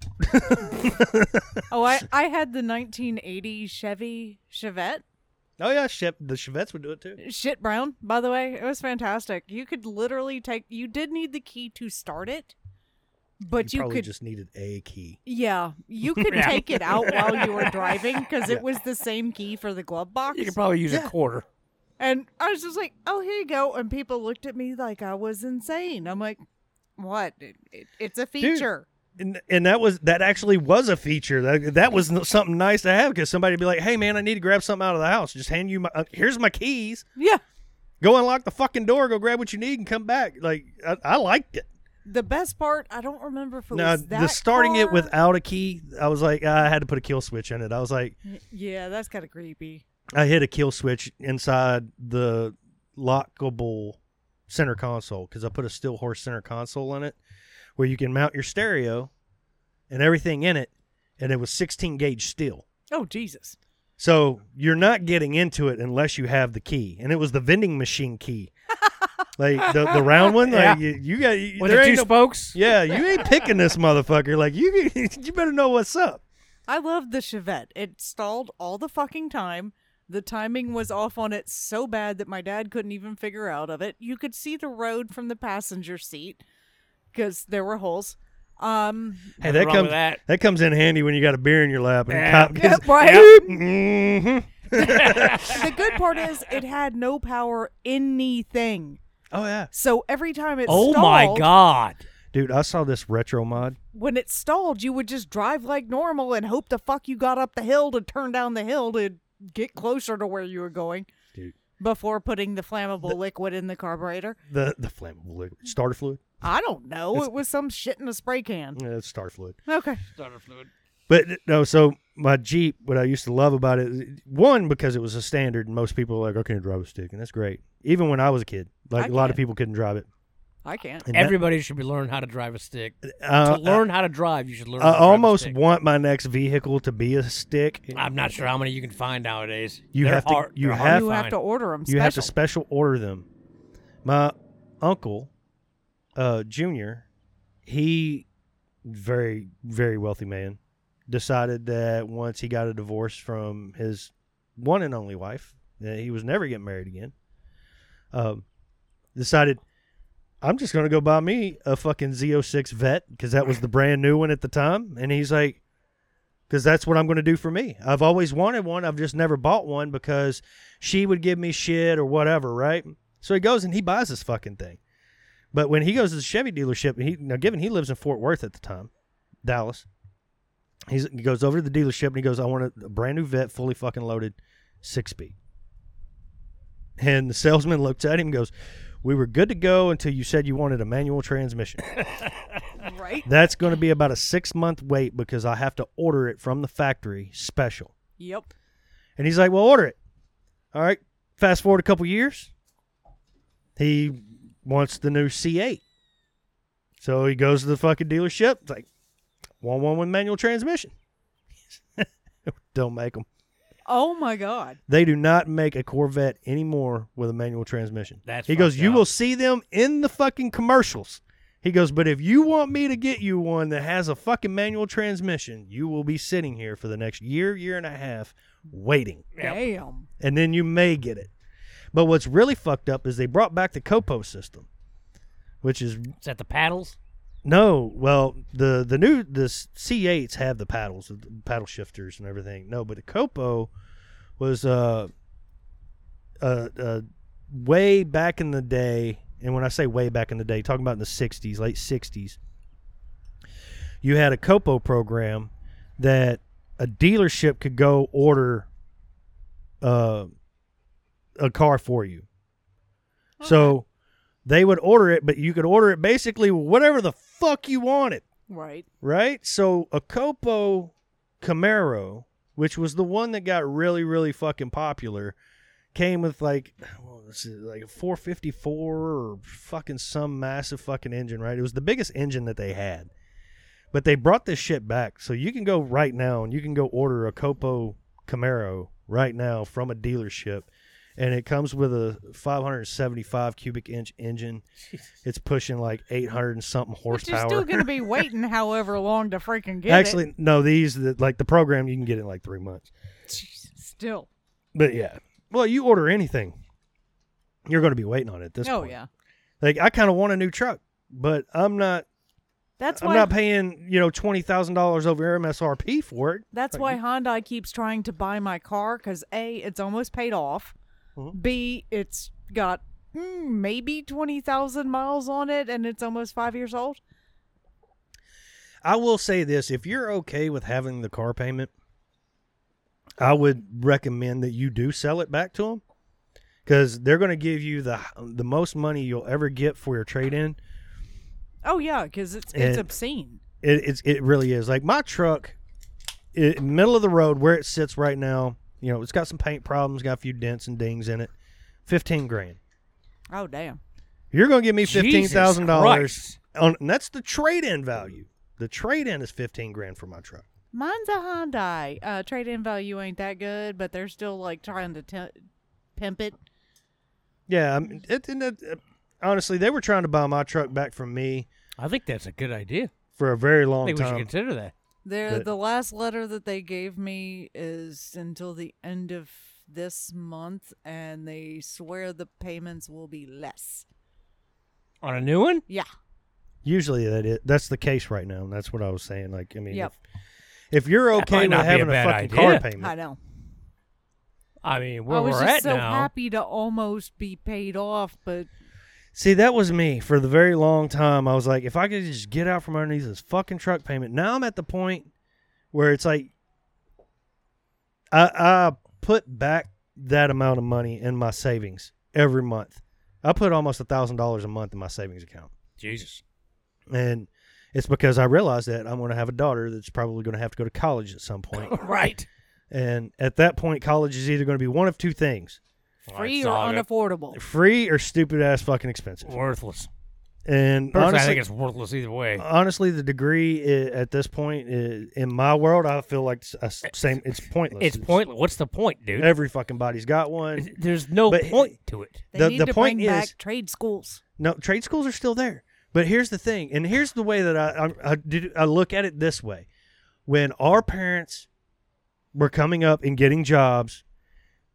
Speaker 4: Oh, I, I had the 1980 Chevy Chevette.
Speaker 2: Oh yeah, Chev- the Chevettes would do it too.
Speaker 3: Shit brown, by the way. It was fantastic. You could literally take you did need the key to start it, but
Speaker 2: you
Speaker 3: you,
Speaker 2: probably
Speaker 3: could
Speaker 2: just needed a key.
Speaker 3: yeah, you could
Speaker 1: Yeah.
Speaker 3: take it out while you were driving because it was the same key for the glove box.
Speaker 1: You could probably use
Speaker 2: Yeah.
Speaker 1: a quarter.
Speaker 3: And I was just like, "Oh, here you go." And people looked at me like I was insane. I'm like,
Speaker 4: What? It, it, it's a feature.
Speaker 2: And, and that was that actually was a feature that that was n- something nice to have because somebody'd be like, "Hey man, I need to grab something out of the house. Just hand you my uh, here's my keys.
Speaker 3: "Yeah,
Speaker 2: Go unlock the fucking door. Go grab what you need and come back." Like I, I liked it.
Speaker 3: The best part, I don't remember if it
Speaker 2: Now
Speaker 3: was that
Speaker 2: the starting it
Speaker 3: car-
Speaker 2: without a key, I was like, I had to put a kill switch in it. I was like,
Speaker 3: Yeah, that's kind of creepy.
Speaker 2: I hit a kill switch inside the lockable center console because I put a steel horse center console in it where you can mount your stereo and everything in it, and it was 16 gauge steel.
Speaker 3: Oh Jesus!
Speaker 2: So you're not getting into it unless you have the key, and it was the vending machine key, like the, the round one. Like
Speaker 1: Yeah.
Speaker 2: you, you got you,
Speaker 1: With
Speaker 2: there
Speaker 1: the two
Speaker 2: ain't no,
Speaker 1: spokes.
Speaker 2: yeah, you ain't picking this motherfucker. Like you you better know what's up.
Speaker 3: I loved the Chevette. It stalled all the fucking time. The timing was off on it so bad that my dad couldn't even figure out of it. You could see the road from the passenger seat because there were holes. Um,
Speaker 2: Hey,
Speaker 1: Nothing
Speaker 2: that
Speaker 1: wrong
Speaker 2: comes
Speaker 1: with that.
Speaker 2: comes in handy when you got a beer in your lap and
Speaker 1: Yeah.
Speaker 2: cop gets-
Speaker 3: Yep, right.
Speaker 2: Yep. Mhm.
Speaker 3: the good part is it had no power anything.
Speaker 2: Oh yeah,
Speaker 3: So every time it
Speaker 1: Oh my
Speaker 3: stalled,
Speaker 1: god.
Speaker 2: dude, I saw this retro mod.
Speaker 3: when it stalled, you would just drive like normal and hope the fuck you got up the hill to turn down the hill to get closer to where you were going.
Speaker 2: Dude.
Speaker 3: Before putting the flammable liquid in the carburetor.
Speaker 2: The the flammable liquid starter fluid.
Speaker 3: I don't know. it was some shit in a spray can.
Speaker 2: Yeah, it's starter fluid.
Speaker 3: Okay.
Speaker 2: But no, so my Jeep, what I used to love about it, one because it was a standard, and most people are like, I can't drive a stick, and that's great. Even when I was a kid, like
Speaker 3: I
Speaker 2: a lot of
Speaker 3: can't.
Speaker 2: people couldn't drive it.
Speaker 3: I can't.
Speaker 2: And that-
Speaker 1: Everybody should be learning how to drive a stick.
Speaker 2: uh,
Speaker 1: to learn how to drive, you should learn.
Speaker 2: I,
Speaker 1: how
Speaker 2: I
Speaker 1: to drive a
Speaker 2: almost
Speaker 1: stick.
Speaker 2: want my next vehicle to be a stick.
Speaker 1: I'm not sure how many you can find nowadays.
Speaker 2: You
Speaker 1: They're
Speaker 2: have to-
Speaker 1: hard-
Speaker 2: you
Speaker 1: they're hard
Speaker 2: have-
Speaker 3: You have
Speaker 1: find.
Speaker 3: to order them
Speaker 2: you have to special order them. My uncle, uh, Junior, he very very wealthy man, decided that once he got a divorce from his one and only wife, that he was never getting married again. Um, decided. I'm just gonna go buy me a fucking Z06 Vet because that was the brand new one at the time, and he's like, because that's what I'm gonna do for me. I've always wanted one. I've just never bought one because she would give me shit or whatever, right? So he goes and he buys this fucking thing. But when he goes to the Chevy dealership, he now given he lives in Fort Worth at the time, Dallas, he's, he goes over to the dealership and he goes, "I want a, a brand new vet, fully fucking loaded, six speed." And the salesman looks at him and goes, "We were good to go until you said you wanted a manual transmission."
Speaker 3: right?
Speaker 2: That's going to be about a six month wait because I have to order it from the factory special.
Speaker 3: Yep.
Speaker 2: And he's like, "Well, order it." All right. Fast forward a couple years, he wants the new C8. So he goes to the fucking dealership. It's like, want one with manual transmission? Don't make them.
Speaker 3: Oh my God.
Speaker 2: They do not make a Corvette anymore with a manual transmission.
Speaker 1: That's
Speaker 2: he goes.
Speaker 1: fucked
Speaker 2: You
Speaker 1: up."
Speaker 2: will see them in the fucking commercials. He goes, but if you want me to get you one that has a fucking manual transmission, you will be sitting here for the next year, year and a half, waiting
Speaker 1: Yep.
Speaker 3: Damn.
Speaker 2: and then you may get it. But what's really fucked up is they brought back the Copo system, which is
Speaker 1: Is that the paddles?
Speaker 2: no, well, the the new the C8s have the paddles, the paddle shifters and everything. No, but the Copo was uh uh, uh way back in the day, and when I say way back in the day, talking about in the 60s, late 60s, you had a Copo program that a dealership could go order uh, a car for you. So they would order it, but you could order it basically whatever the fuck you wanted,
Speaker 3: Right.
Speaker 2: right? So a Copo Camaro, which was the one that got really, really fucking popular, came with like, what was it, like a 454 or fucking some massive fucking engine, right? It was the biggest engine that they had. But they brought this shit back. So you can go right now and you can go order a Copo Camaro right now from a dealership. And it comes with a 575 cubic inch engine. It's pushing like 800 and something
Speaker 3: Which
Speaker 2: horsepower.
Speaker 3: is still going to be waiting however long to freaking get
Speaker 2: Actually,
Speaker 3: it.
Speaker 2: no, these, the, like the program, you can get it in like three months.
Speaker 3: Actually, still.
Speaker 2: But yeah, Well, you order anything, you're going to be waiting on it at this
Speaker 3: oh
Speaker 2: point.
Speaker 3: yeah,
Speaker 2: Like I kind of want a new truck, but I'm not.
Speaker 3: that's
Speaker 2: I'm
Speaker 3: why
Speaker 2: not paying you know twenty thousand dollars over MSRP for it.
Speaker 3: that's why Hyundai keeps trying to buy my car because a it's almost paid off,
Speaker 2: Mm-hmm.
Speaker 3: b it's got mm, maybe twenty thousand miles on it and it's almost five years old.
Speaker 2: I will say this: if you're okay with having the car payment, I would recommend that you do sell it back to them because they're going to give you the the most money you'll ever get for your trade in.
Speaker 3: Oh yeah, because it's
Speaker 2: And-
Speaker 3: it's obscene.
Speaker 2: It it's, it really is like my truck, i middle of the road where it sits right now. You know, it's got some paint problems, got a few dents and dings in it. Fifteen grand.
Speaker 3: Oh damn.
Speaker 2: You're going to give me fifteen
Speaker 1: Jesus
Speaker 2: thousand dollars
Speaker 1: Christ.
Speaker 2: on, and that's the trade-in value. The trade-in is fifteen grand for my truck.
Speaker 3: Mine's a Hyundai. Uh, trade in value ain't that good, but they're still like trying to t-
Speaker 4: Pimp it.
Speaker 2: Yeah, I mean, it, and it, uh, honestly, they were trying to buy my truck back from me
Speaker 1: I think that's a good idea.
Speaker 2: for a very
Speaker 1: I
Speaker 2: long
Speaker 1: think we should
Speaker 2: time.
Speaker 1: consider that.
Speaker 3: They're,
Speaker 2: But-
Speaker 3: the last letter that they gave me is until the end of this month, and they swear the payments will be less.
Speaker 1: On a new one?
Speaker 3: Yeah.
Speaker 2: Usually, that is, that's the case right now, and that's what I was saying. Like, I mean,
Speaker 3: Yep.
Speaker 2: if, if you're
Speaker 1: might
Speaker 2: okay with
Speaker 1: not be a
Speaker 2: having a,
Speaker 1: bad
Speaker 2: fucking
Speaker 1: idea.
Speaker 2: car
Speaker 3: I
Speaker 2: payment,
Speaker 3: know.
Speaker 1: I mean, where
Speaker 3: I was
Speaker 1: we're
Speaker 3: just
Speaker 1: at
Speaker 3: so
Speaker 1: now.
Speaker 3: happy to almost be paid off, but
Speaker 2: see, that was me for the very long time. I was like, if I could just get out from underneath this fucking truck payment. Now I'm at the point where it's like, I, I put back that amount of money in my savings every month. I put almost a thousand dollars a month in my savings account.
Speaker 1: Jesus.
Speaker 2: And it's because I realized that I'm going to have a daughter that's probably going to have to go to college at some point.
Speaker 1: right.
Speaker 2: and at that point, college is either going to be one of two things
Speaker 3: free
Speaker 1: It's
Speaker 3: or
Speaker 1: all good.
Speaker 3: unaffordable.
Speaker 2: free or stupid ass fucking expensive.
Speaker 1: Worthless.
Speaker 2: And
Speaker 1: Personally, I
Speaker 2: honestly,
Speaker 1: think it's worthless either way.
Speaker 2: honestly, the degree i at this point i in my world, I feel like it's a s- same. It's pointless.
Speaker 1: it's pointless. What's the point, dude?
Speaker 2: Every fucking body's got one.
Speaker 1: There's no
Speaker 2: But-
Speaker 1: point to it.
Speaker 3: They
Speaker 2: The-
Speaker 3: need
Speaker 2: the
Speaker 3: to
Speaker 2: point
Speaker 3: bring
Speaker 2: is-
Speaker 3: back trade schools.
Speaker 2: No, trade schools are still there. But here's the thing, and here's the way that I I, I, did, I look at it this way: when our parents were coming up and getting jobs,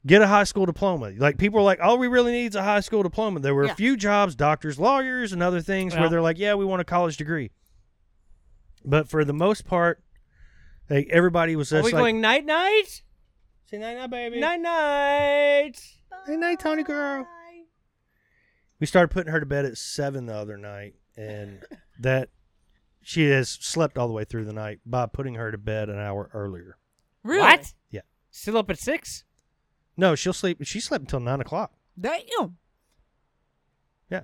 Speaker 2: get a high school diploma. Like people were like, "All we really need is a high school diploma." There were
Speaker 3: Yeah.
Speaker 2: a few jobs, doctors, lawyers, and other things where
Speaker 1: Well-
Speaker 2: they're like, "Yeah, we want a college degree." But for the most part, like everybody was
Speaker 1: Are
Speaker 2: just
Speaker 1: we
Speaker 2: like,
Speaker 1: going night night?
Speaker 2: "Say night, night, baby,
Speaker 1: Night night.
Speaker 2: night, night, Tony girl." We started putting her to bed at seven the other night, and that she has slept all the way through the night by putting her to bed an hour earlier.
Speaker 3: Really?
Speaker 1: What?
Speaker 2: Yeah.
Speaker 1: Still up at six?
Speaker 2: No, she'll sleep. She slept until nine o'clock.
Speaker 3: Damn.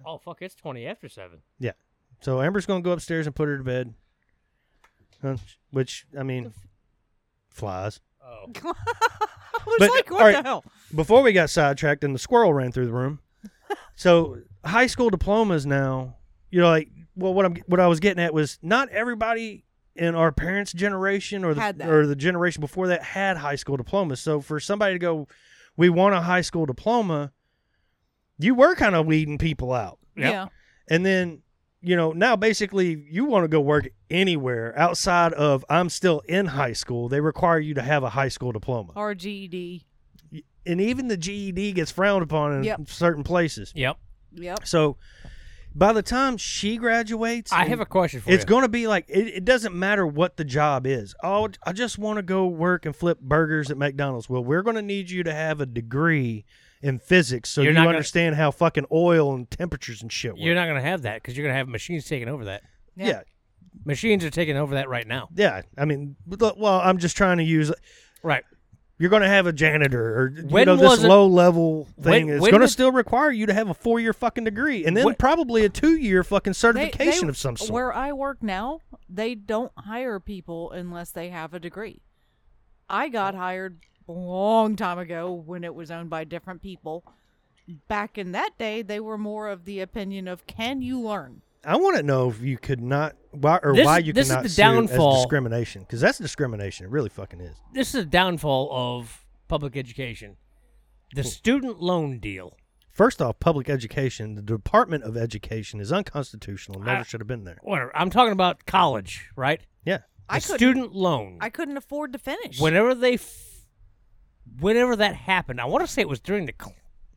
Speaker 1: Oh fuck! It's twenty after seven.
Speaker 2: Yeah. So Amber's gonna go upstairs and put her to bed, Huh, which I mean, flies.
Speaker 1: Oh,
Speaker 3: I was
Speaker 2: But-
Speaker 3: like, what
Speaker 2: all
Speaker 3: the
Speaker 2: right.
Speaker 3: hell?
Speaker 2: Before we got sidetracked, and the squirrel ran through the room. So high school diplomas now, you know, like well, what I'm what I was getting at was not everybody in our parents' generation or
Speaker 3: Had
Speaker 2: the
Speaker 3: that.
Speaker 2: or the generation before that had high school diplomas. So for somebody to go, we want a high school diploma, you were kind of weeding people out,
Speaker 1: Yep.
Speaker 3: Yeah.
Speaker 2: and then you know now basically you want to go work anywhere outside of I'm still in high school. They require you to have a high school diploma
Speaker 3: Or GED.
Speaker 2: and even the GED gets frowned upon in
Speaker 3: Yep.
Speaker 2: certain places.
Speaker 1: yep.
Speaker 3: Yep.
Speaker 2: So by the time she graduates,
Speaker 1: I
Speaker 2: and
Speaker 1: have a question for
Speaker 2: It's
Speaker 1: you.
Speaker 2: going to be like it, it doesn't matter what the job is. Oh, I just want to go work and flip burgers at McDonald's. Well, we're going to need you to have a degree in physics so
Speaker 1: You're
Speaker 2: you
Speaker 1: not gonna-
Speaker 2: understand how fucking oil and temperatures and shit work.
Speaker 1: You're not gonna have that because you're gonna have machines taking over that.
Speaker 2: yeah. yeah,
Speaker 1: Machines are taking over that right now.
Speaker 2: I mean, but- well, I'm just trying to use.
Speaker 1: Right.
Speaker 2: You're going to have a janitor or you
Speaker 1: When
Speaker 2: know this
Speaker 1: was it-
Speaker 2: low level thing
Speaker 1: When-
Speaker 2: is
Speaker 1: when
Speaker 2: going to
Speaker 1: did-
Speaker 2: still require you to have a four year fucking degree and then
Speaker 1: What-
Speaker 2: probably a two year fucking
Speaker 3: They- they-
Speaker 2: certification of some sort.
Speaker 3: Where I work now, they don't hire people unless they have a degree. I got hired a long time ago when it was owned by different people. Back in that day, they were more of the opinion of can you learn?
Speaker 2: I want to know if you could not why or
Speaker 1: This
Speaker 2: why
Speaker 1: is-
Speaker 2: you
Speaker 1: this is
Speaker 2: cannot
Speaker 1: the
Speaker 2: sue as
Speaker 1: downfall.
Speaker 2: discrimination because that's discrimination. It really fucking is.
Speaker 1: This is a downfall of public education. The
Speaker 3: Hmm.
Speaker 1: student loan deal.
Speaker 2: First off, public education, the Department of Education is unconstitutional. Never
Speaker 1: I-
Speaker 2: should have been there.
Speaker 1: Whatever. I'm talking about college, right?
Speaker 2: Yeah,
Speaker 1: The
Speaker 3: I couldn't.
Speaker 1: student loan.
Speaker 3: I couldn't afford to finish.
Speaker 1: Whenever they f- whenever that happened, I want to say it was during the Cl-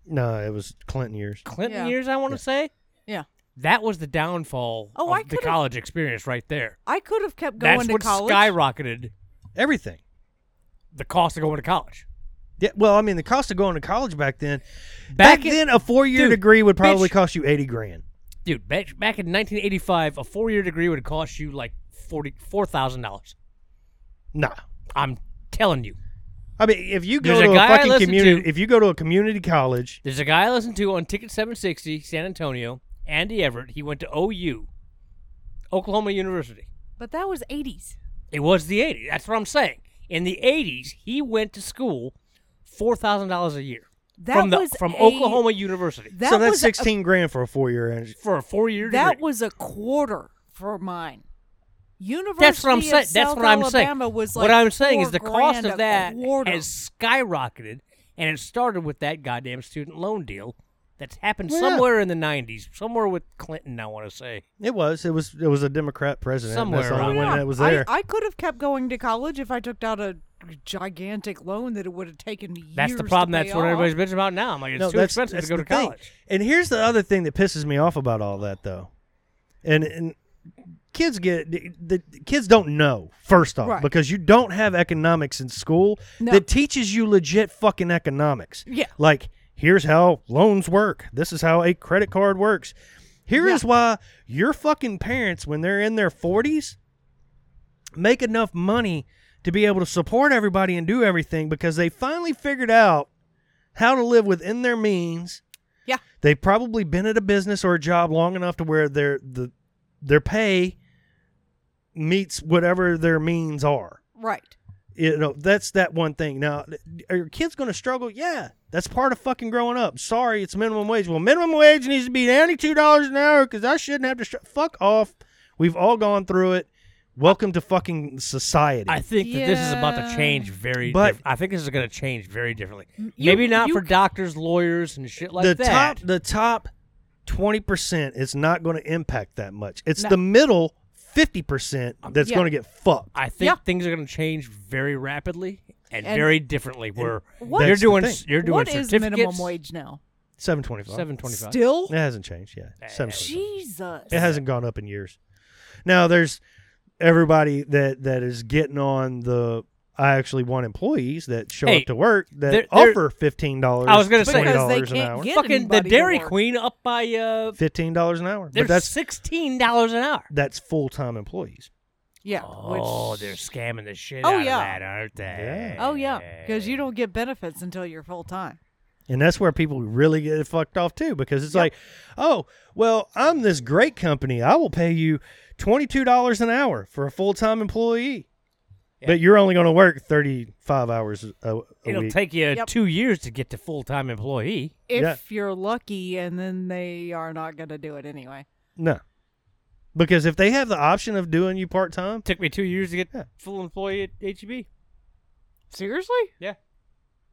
Speaker 2: No, it was Clinton years.
Speaker 1: Clinton
Speaker 3: Yeah.
Speaker 1: years. I want to say
Speaker 3: Yeah.
Speaker 1: that was the downfall
Speaker 3: Oh,
Speaker 1: of
Speaker 3: I
Speaker 1: the
Speaker 3: could've-
Speaker 1: college experience right there.
Speaker 3: I could have kept going
Speaker 1: That's
Speaker 3: to
Speaker 1: what
Speaker 3: college.
Speaker 1: skyrocketed
Speaker 2: Everything.
Speaker 1: the cost of going to college.
Speaker 2: Yeah, well, I mean, the cost of going to college back then.
Speaker 1: Back
Speaker 2: Back,
Speaker 1: in-
Speaker 2: then, a four-year
Speaker 1: Dude,
Speaker 2: degree would probably
Speaker 1: bitch.
Speaker 2: cost you eighty grand.
Speaker 1: Dude, back, back in 1985, a four-year degree would cost you like forty four thousand dollars.
Speaker 2: Nah,
Speaker 1: I'm telling you.
Speaker 2: I mean, if you go
Speaker 1: There's a
Speaker 2: to a,
Speaker 1: guy I
Speaker 2: fucking
Speaker 1: listen
Speaker 2: community,
Speaker 1: to-
Speaker 2: if you go to a community college,
Speaker 1: There's a guy I listen to on Ticket 760, San Antonio, Andy Everett. He went to OU, Oklahoma University.
Speaker 4: But that was 80s.
Speaker 1: It was the 80s. That's what I'm saying. In the 80s, he went to school $4,000 a year
Speaker 3: That
Speaker 1: from, the,
Speaker 3: was
Speaker 1: from
Speaker 3: a-
Speaker 1: Oklahoma University
Speaker 3: That
Speaker 2: so that's
Speaker 3: was a-
Speaker 2: sixteen grand for a four-year. en-
Speaker 1: for a four year degree.
Speaker 3: That was a quarter for mine. University
Speaker 1: That's what I'm
Speaker 3: of
Speaker 1: saying. That's
Speaker 3: South
Speaker 1: what I'm
Speaker 3: Alabama
Speaker 1: saying.
Speaker 3: Was like
Speaker 1: what I'm saying is
Speaker 3: four
Speaker 1: the cost
Speaker 3: grand a
Speaker 1: of that
Speaker 3: quarter.
Speaker 1: has skyrocketed, and it started with that goddamn student loan deal that's happened
Speaker 2: Well, yeah.
Speaker 1: somewhere in the 90s, somewhere with Clinton, I want to say.
Speaker 2: It was. It was. It was a Democrat president. and That's the
Speaker 1: Somewhere
Speaker 2: only
Speaker 1: around
Speaker 2: one
Speaker 3: Yeah,
Speaker 2: that was
Speaker 3: I-
Speaker 2: there.
Speaker 3: I, could have kept going to college if I took out a gigantic loan that it would have taken me years.
Speaker 1: That's the
Speaker 3: to
Speaker 1: problem.
Speaker 3: pay
Speaker 1: That's what
Speaker 3: off.
Speaker 1: everybody's bitching about now. I'm like, it's
Speaker 2: no,
Speaker 1: too
Speaker 2: that's,
Speaker 1: expensive
Speaker 2: that's
Speaker 1: to go
Speaker 2: the
Speaker 1: to
Speaker 2: thing.
Speaker 1: college.
Speaker 2: And here's the other thing that pisses me off about all that, though. And and kids get the, the kids don't know first off
Speaker 3: Right.
Speaker 2: because you don't have economics in school
Speaker 3: No.
Speaker 2: that teaches you legit fucking economics.
Speaker 3: Yeah.
Speaker 2: like here's how loans work. This is how a credit card works. Here is
Speaker 3: Yeah.
Speaker 2: why your fucking parents, when they're in their forties, make enough money to be able to support everybody and do everything because they finally figured out how to live within their means.
Speaker 3: Yeah.
Speaker 2: They've probably been at a business or a job long enough to where their the their pay meets whatever their means are.
Speaker 3: Right.
Speaker 2: You know, that's that one thing. Now, th- are your kids going to struggle? Yeah. That's part of fucking growing up. Sorry, it's minimum wage. Well, minimum wage needs to be $92 an hour because I shouldn't have to. Str- Fuck off. We've all gone through it. Welcome to fucking society.
Speaker 1: I think that this is about to
Speaker 4: Yeah.
Speaker 1: change very.
Speaker 2: But-
Speaker 1: diff- I think this is going to change very differently.
Speaker 4: you-
Speaker 1: Maybe not
Speaker 4: you
Speaker 1: for
Speaker 4: c-
Speaker 1: doctors, lawyers, and shit like
Speaker 2: the
Speaker 1: that.
Speaker 2: top the top 20% is not going to impact that much. It's
Speaker 3: No.
Speaker 2: the middle 50% that's
Speaker 3: yeah.
Speaker 2: going to get fucked.
Speaker 1: Um, I think
Speaker 3: Yeah.
Speaker 1: things are going to change very rapidly and,
Speaker 3: And-
Speaker 1: very differently. Where
Speaker 2: What-
Speaker 1: you're
Speaker 2: That's the
Speaker 1: doing,
Speaker 2: thing.
Speaker 1: s- you're doing
Speaker 3: What is
Speaker 1: certificates,
Speaker 3: minimum wage now?
Speaker 2: 725.
Speaker 1: seven twenty-five.
Speaker 3: Still?
Speaker 2: It hasn't changed yet.
Speaker 1: Eh.
Speaker 2: 725.
Speaker 4: Jesus.
Speaker 2: It hasn't gone up in years. Now there's everybody that that is getting on the I actually want employees that show
Speaker 1: Hey,
Speaker 2: up to work
Speaker 1: they're-
Speaker 2: that
Speaker 1: they're-
Speaker 2: offer fifteen dollars.
Speaker 1: I was gonna say-
Speaker 3: Because they
Speaker 2: dollars an
Speaker 3: can't
Speaker 2: hour.
Speaker 3: get
Speaker 1: Fucking the
Speaker 3: anybody to
Speaker 1: Dairy
Speaker 3: work.
Speaker 1: Queen up by uh,
Speaker 2: fifteen dollars an hour.
Speaker 1: they're
Speaker 2: But that's
Speaker 1: sixteen dollars an hour.
Speaker 2: that's full time employees.
Speaker 3: Yeah.
Speaker 1: Oh,
Speaker 3: which-
Speaker 1: they're scamming the shit
Speaker 3: Oh,
Speaker 1: out
Speaker 3: yeah.
Speaker 1: of that, aren't they?
Speaker 2: Yeah.
Speaker 3: Oh yeah, because you don't get benefits until you're full time.
Speaker 2: And that's where people really get fucked off too, because it's like, oh, well, I'm this great company. I will pay you twenty two dollars an hour for a full time employee.
Speaker 1: Yeah.
Speaker 2: But you're only going to work 35 hours a, a
Speaker 1: It'll
Speaker 2: week.
Speaker 1: take you
Speaker 3: Yep.
Speaker 1: two years to get to full-time employee.
Speaker 3: If
Speaker 2: Yeah.
Speaker 3: you're lucky, and then they are not going to do it anyway.
Speaker 2: No. Because if they have the option of doing you part time,
Speaker 1: Took me two years to get
Speaker 2: Yeah.
Speaker 1: full employee at E HEB.
Speaker 3: Seriously?
Speaker 1: Yeah.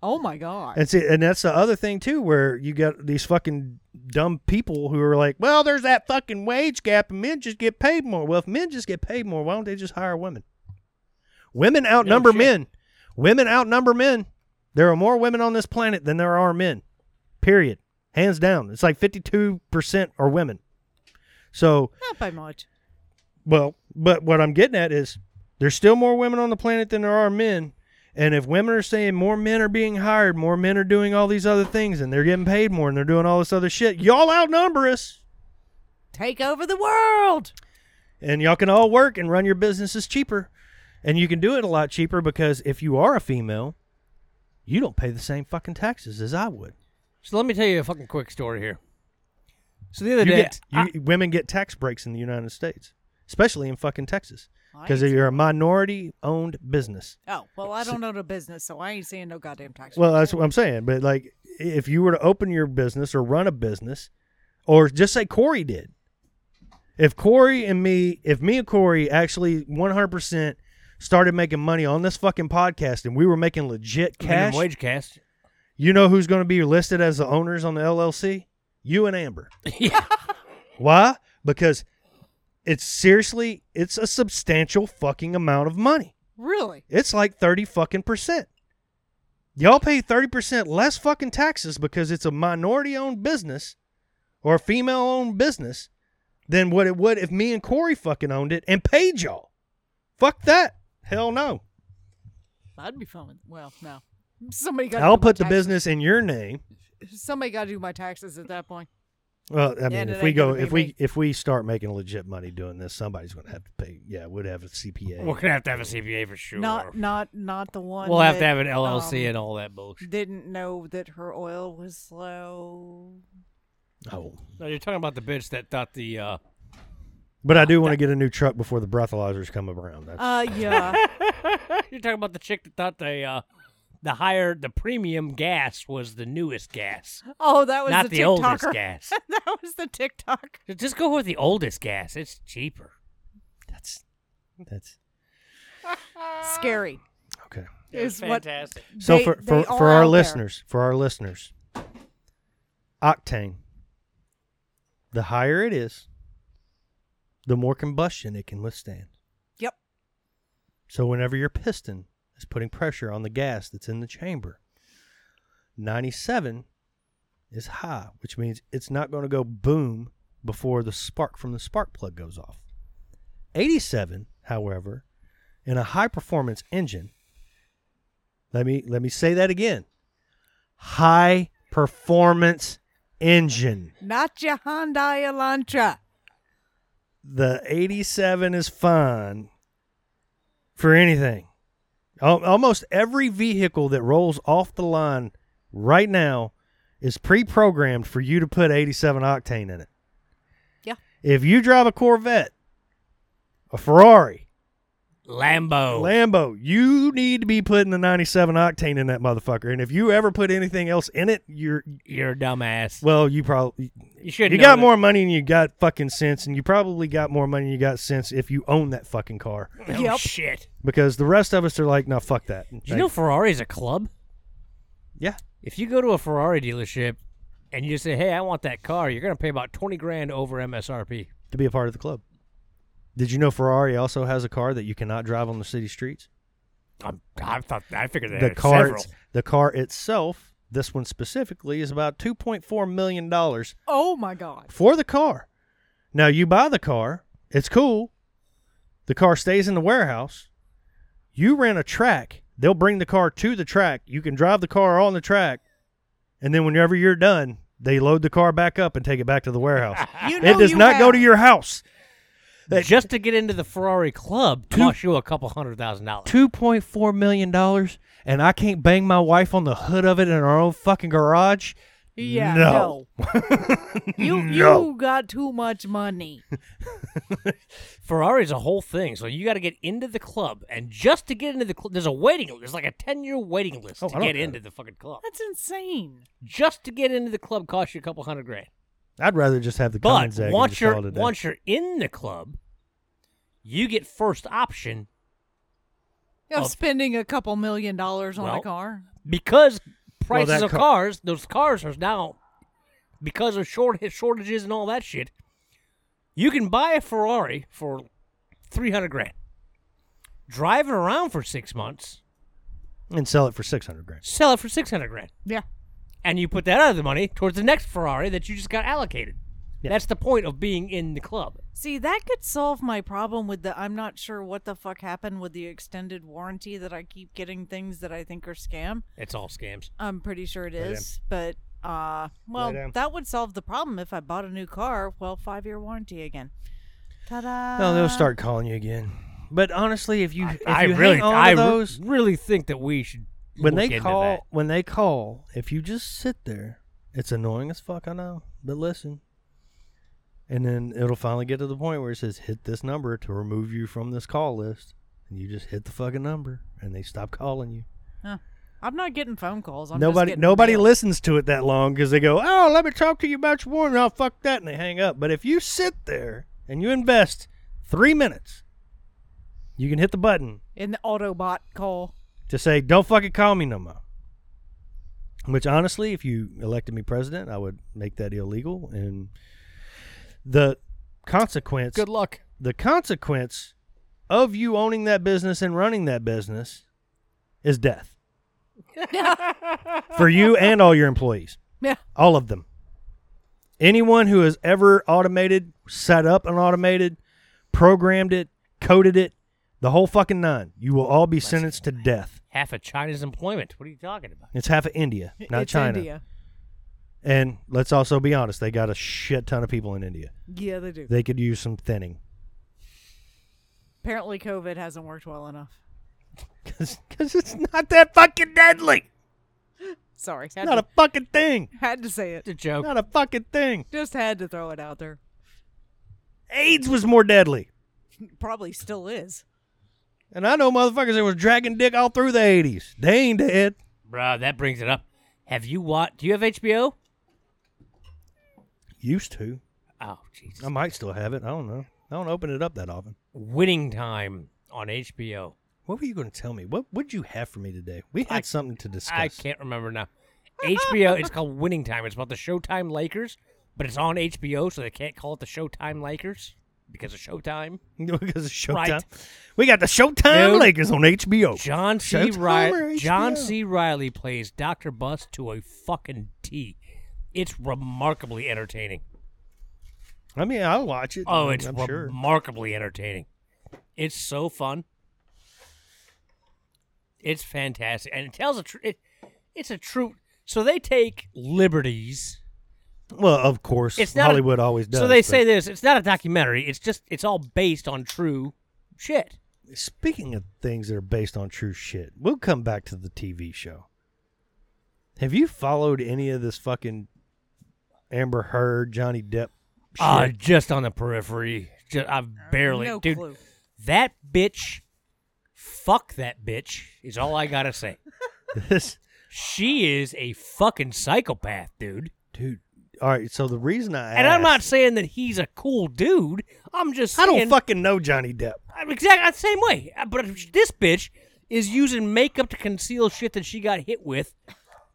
Speaker 3: Oh my god.
Speaker 2: and see, and that's the other thing too, where you got these fucking dumb people who are like, "Well, there's that fucking wage gap, and men just get paid more." Well, if men just get paid more, why don't they just hire women? Women outnumber
Speaker 1: shit.
Speaker 2: men. Women outnumber men. There are more women on this planet than there are men. Period. Hands down. It's like fifty-two percent are women. So
Speaker 3: Not by much.
Speaker 2: Well, but what I'm getting at is there's still more women on the planet than there are men. And if women are saying more men are being hired, more men are doing all these other things, and they're getting paid more, and they're doing all this other shit, y'all outnumber us.
Speaker 3: Take over the world.
Speaker 2: And y'all can all work and run your businesses cheaper. And you can do it a lot cheaper because if you are a female, you don't pay the same fucking taxes as I would.
Speaker 1: So let me tell you a fucking quick story here. So the other
Speaker 2: You
Speaker 1: day,
Speaker 2: get, you, women get tax breaks in the United States, especially in fucking Texas,
Speaker 3: I
Speaker 2: because
Speaker 3: ain't-
Speaker 2: you're a minority owned business.
Speaker 3: Oh well, I don't own a business, so I ain't seeing no goddamn tax.
Speaker 2: Well, that's what I'm saying. But like, if you were to open your business or run a business, or just say Corey did, if Corey and me, if me and Corey actually 100% started making money on this fucking podcast and we were making legit
Speaker 1: minimum
Speaker 2: cash,
Speaker 1: wage cast.
Speaker 2: you know who's going to be listed as the owners on the LLC? You and Amber.
Speaker 1: yeah.
Speaker 2: Why? Because it's seriously, it's a substantial fucking amount of money.
Speaker 3: really?
Speaker 2: It's like 30 fucking percent. Y'all pay 30% less fucking taxes because it's a minority owned business or a female owned business than what it would if me and Corey fucking owned it and paid y'all. Fuck that. Hell no.
Speaker 3: I'd be fine with. Well, no. Somebody got.
Speaker 2: I'll put the business in your name.
Speaker 3: Somebody got to do my taxes at that point.
Speaker 2: Well, I mean,
Speaker 3: it
Speaker 2: if we
Speaker 3: ain't
Speaker 2: go,
Speaker 3: gonna be
Speaker 2: if we
Speaker 3: me.
Speaker 2: if we start making legit money doing this, somebody's going to have to pay. Yeah, we'd have a CPA.
Speaker 1: We're gonna have to have a CPA for sure.
Speaker 3: Not, not, not the one.
Speaker 1: we'll have to
Speaker 3: that,
Speaker 1: have an LLC
Speaker 3: um,
Speaker 1: and all that bullshit.
Speaker 3: Didn't know that her oil was low.
Speaker 2: Oh,
Speaker 1: No, you're talking about the bitch that thought the uh,
Speaker 2: but I do want to get a new truck before the breathalyzers come around. That's,
Speaker 3: Uh, yeah.
Speaker 1: You're talking about the chick that thought the uh, the higher the premium gas was the newest gas,
Speaker 3: Oh, that was
Speaker 1: not the,
Speaker 3: the
Speaker 1: oldest
Speaker 3: TikToker.
Speaker 1: gas.
Speaker 3: that was the TikTok.
Speaker 1: Just go with the oldest gas. It's cheaper.
Speaker 2: that's that's
Speaker 3: Scary.
Speaker 2: okay.
Speaker 3: Is what-
Speaker 2: So
Speaker 3: They-
Speaker 2: for
Speaker 3: they
Speaker 2: for,
Speaker 3: are
Speaker 2: for
Speaker 3: out
Speaker 2: our
Speaker 3: there.
Speaker 2: listeners, for our listeners, octane. The higher it is, the more combustion it can withstand.
Speaker 3: Yep.
Speaker 2: So whenever your piston is putting pressure on the gas that's in the chamber, 97 is high, which means it's not going to go boom before the spark from the spark plug goes off. 87, however, in a high performance engine, let me let me say that again. High performance engine.
Speaker 3: Not your Hyundai Elantra.
Speaker 2: the 87 is fine for anything. Al- Almost every vehicle that rolls off the line right now is pre programmed for you to put 87 octane in it.
Speaker 3: Yeah.
Speaker 2: If you drive a Corvette, a Ferrari,
Speaker 1: Lambo.
Speaker 2: Lambo, you need to be putting the 97 octane in that motherfucker. And if you ever put anything else in it, you're,
Speaker 1: You're a dumbass.
Speaker 2: well, you probably,
Speaker 1: you should.
Speaker 2: you got more money and you got fucking sense, and you probably got more money and you got sense if you own that fucking car.
Speaker 1: Oh,
Speaker 3: Yep.
Speaker 1: Shit.
Speaker 2: Because the rest of us are like, no, fuck that.
Speaker 1: Do you know Ferrari's a club?
Speaker 2: yeah,
Speaker 1: If you go to a Ferrari dealership and you just say, "Hey, I want that car," you're gonna pay about twenty grand over MSRP.
Speaker 2: to be a part of the club. Did you know Ferrari also has a car that you cannot drive on the city streets?
Speaker 1: I'm, I thought I figured that
Speaker 2: the car, it's- the car itself, this one specifically, is about two point four million dollars
Speaker 3: Oh my God.
Speaker 2: for the car. Now you buy the car, it's cool. The car stays in the warehouse. You rent a track, they'll bring the car to the track. You can drive the car on the track, and then whenever you're done, they load the car back up and take it back to the warehouse.
Speaker 3: You know
Speaker 2: it does
Speaker 3: you
Speaker 2: not go
Speaker 3: have-
Speaker 2: to your house.
Speaker 1: Just to get into the Ferrari club costs you a couple hundred thousand dollars.
Speaker 2: Two point four million dollars, and I can't bang my wife on the hood of it in our own fucking garage.
Speaker 3: Yeah.
Speaker 2: No.
Speaker 3: no. you
Speaker 2: No.
Speaker 3: you got too much money.
Speaker 1: Ferrari's a whole thing, so you got to get into the club, and just to get into the club, there's a waiting list. There's like a ten year waiting list
Speaker 2: Oh, I
Speaker 1: to
Speaker 2: don't
Speaker 1: get
Speaker 2: know.
Speaker 1: into the fucking club.
Speaker 3: That's insane.
Speaker 1: Just to get into the club costs you a couple hundred grand.
Speaker 2: I'd rather just have the
Speaker 1: But
Speaker 2: Cummins egg and
Speaker 1: once
Speaker 2: just
Speaker 1: you're
Speaker 2: call it a day.
Speaker 1: once you're in the club, you get first option
Speaker 3: Of
Speaker 1: Of-
Speaker 3: spending a couple million dollars on
Speaker 1: Well,
Speaker 3: a car.
Speaker 1: because prices
Speaker 2: that
Speaker 1: of
Speaker 2: car-
Speaker 1: cars, those cars are now because of short shortages and all that shit. You can buy a Ferrari for three hundred grand, drive it around for six months,
Speaker 2: and sell it for six hundred grand.
Speaker 1: sell it for six hundred grand.
Speaker 3: Yeah.
Speaker 1: and you put that other money towards the next Ferrari that you just got allocated.
Speaker 2: Yeah.
Speaker 1: That's the point of being in the club.
Speaker 3: See, that could solve my problem with the I'm not sure what the fuck happened with the extended warranty that I keep getting things that I think are scam.
Speaker 1: It's all scams.
Speaker 3: I'm pretty sure it
Speaker 2: Lay down.
Speaker 3: is, but uh
Speaker 2: down.
Speaker 3: well, that would solve the problem if I bought a new car, well, 5-year warranty again. Ta-da.
Speaker 2: No, they'll start calling you again. But honestly, if you if
Speaker 1: I
Speaker 2: you
Speaker 1: really,
Speaker 2: hang on
Speaker 1: I
Speaker 2: to
Speaker 1: re-
Speaker 2: those,
Speaker 1: really think that we should
Speaker 2: when
Speaker 1: look
Speaker 2: they
Speaker 1: into
Speaker 2: call,
Speaker 1: that.
Speaker 2: when they call, if you just sit there, it's annoying as fuck. I know, but listen, and then it'll finally get to the point where it says hit this number to remove you from this call list, and you just hit the fucking number, and they stop calling you.
Speaker 3: I'm not getting phone calls. I'm just
Speaker 2: nobody
Speaker 3: getting
Speaker 2: nobody
Speaker 3: mail.
Speaker 2: listens to it that long because they go, oh, let me talk to you about your warranty. Oh, fuck that, and they hang up. But if you sit there and you invest three minutes, you can hit the button.
Speaker 3: in the Autobot call.
Speaker 2: to say, don't fucking call me no more. Which honestly, if you elected me president, I would make that illegal. And the consequence,
Speaker 1: Good luck.
Speaker 2: the consequence of you owning that business and running that business is death. for you and all your employees.
Speaker 4: Yeah.
Speaker 2: All of them. Anyone who has ever automated, set up an automated, programmed it, coded it, the whole fucking nine, you will all be sentenced to death.
Speaker 1: Half of China's employment. What are you talking about?
Speaker 2: It's half of India, not
Speaker 3: it's
Speaker 2: China.
Speaker 3: India.
Speaker 2: And let's also be honest, they got a shit ton of people in India.
Speaker 3: Yeah, they do.
Speaker 2: They could use some thinning.
Speaker 3: Apparently, COVID hasn't worked well enough.
Speaker 2: Because it's not that fucking deadly.
Speaker 3: Sorry, had,
Speaker 2: Not
Speaker 3: to,
Speaker 2: a fucking thing.
Speaker 3: had to say it.
Speaker 1: It's a joke.
Speaker 2: Not a fucking thing.
Speaker 3: Just had to throw it out there.
Speaker 2: AIDS was more deadly.
Speaker 3: Probably still is.
Speaker 2: And I know motherfuckers that was dragging dick all through the 80s. They ain't dead.
Speaker 1: Bruh, that brings it up. Have you watched? Do you have HBO?
Speaker 2: Used to.
Speaker 1: Oh, Jesus.
Speaker 2: I might still have it. I don't know. I don't open it up that often.
Speaker 1: Winning Time on HBO.
Speaker 2: What were you going to tell me? What would you have for me today? We had
Speaker 1: I-
Speaker 2: something to discuss.
Speaker 1: I can't remember now. HBO, it's called Winning Time. It's about the Showtime Lakers, but it's on HBO, so they can't call it the Showtime Lakers because of Showtime.
Speaker 2: because of Showtime.
Speaker 1: Right.
Speaker 2: We got the Showtime
Speaker 1: Dude.
Speaker 2: Lakers on HBO.
Speaker 1: John C.
Speaker 2: Oh. Showtime or
Speaker 1: Riley.
Speaker 2: HBO?
Speaker 1: John C. Riley plays Doctor Bus to a fucking T. It's remarkably entertaining.
Speaker 2: I mean, I'll watch it.
Speaker 1: Oh, it's
Speaker 2: I'm sure.
Speaker 1: remarkably entertaining. It's so fun. It's fantastic, and it tells a tr- it, It's a true. So they take liberties.
Speaker 2: Well, of course,
Speaker 1: It's not a-
Speaker 2: Hollywood always does.
Speaker 1: so they
Speaker 2: but-
Speaker 1: say this. It's not a documentary. It's just. It's all based on true shit.
Speaker 2: Speaking of things that are based on true shit, we'll come back to the TV show. Have you followed any of this fucking Amber Heard, Johnny Depp? Shit?
Speaker 1: Uh, just on the periphery. Just, I've barely,
Speaker 3: no
Speaker 1: dude.
Speaker 3: clue.
Speaker 1: That bitch. Fuck that bitch is all I gotta say.
Speaker 2: this
Speaker 1: She is a fucking psychopath, dude.
Speaker 2: dude. All right, so the reason I
Speaker 1: And I'm not
Speaker 2: asked-
Speaker 1: saying that he's a cool dude. I'm just
Speaker 2: I
Speaker 1: saying,
Speaker 2: don't fucking know Johnny Depp.
Speaker 1: I'm exactly the same way. Uh, But if this bitch is using makeup to conceal shit that she got hit with.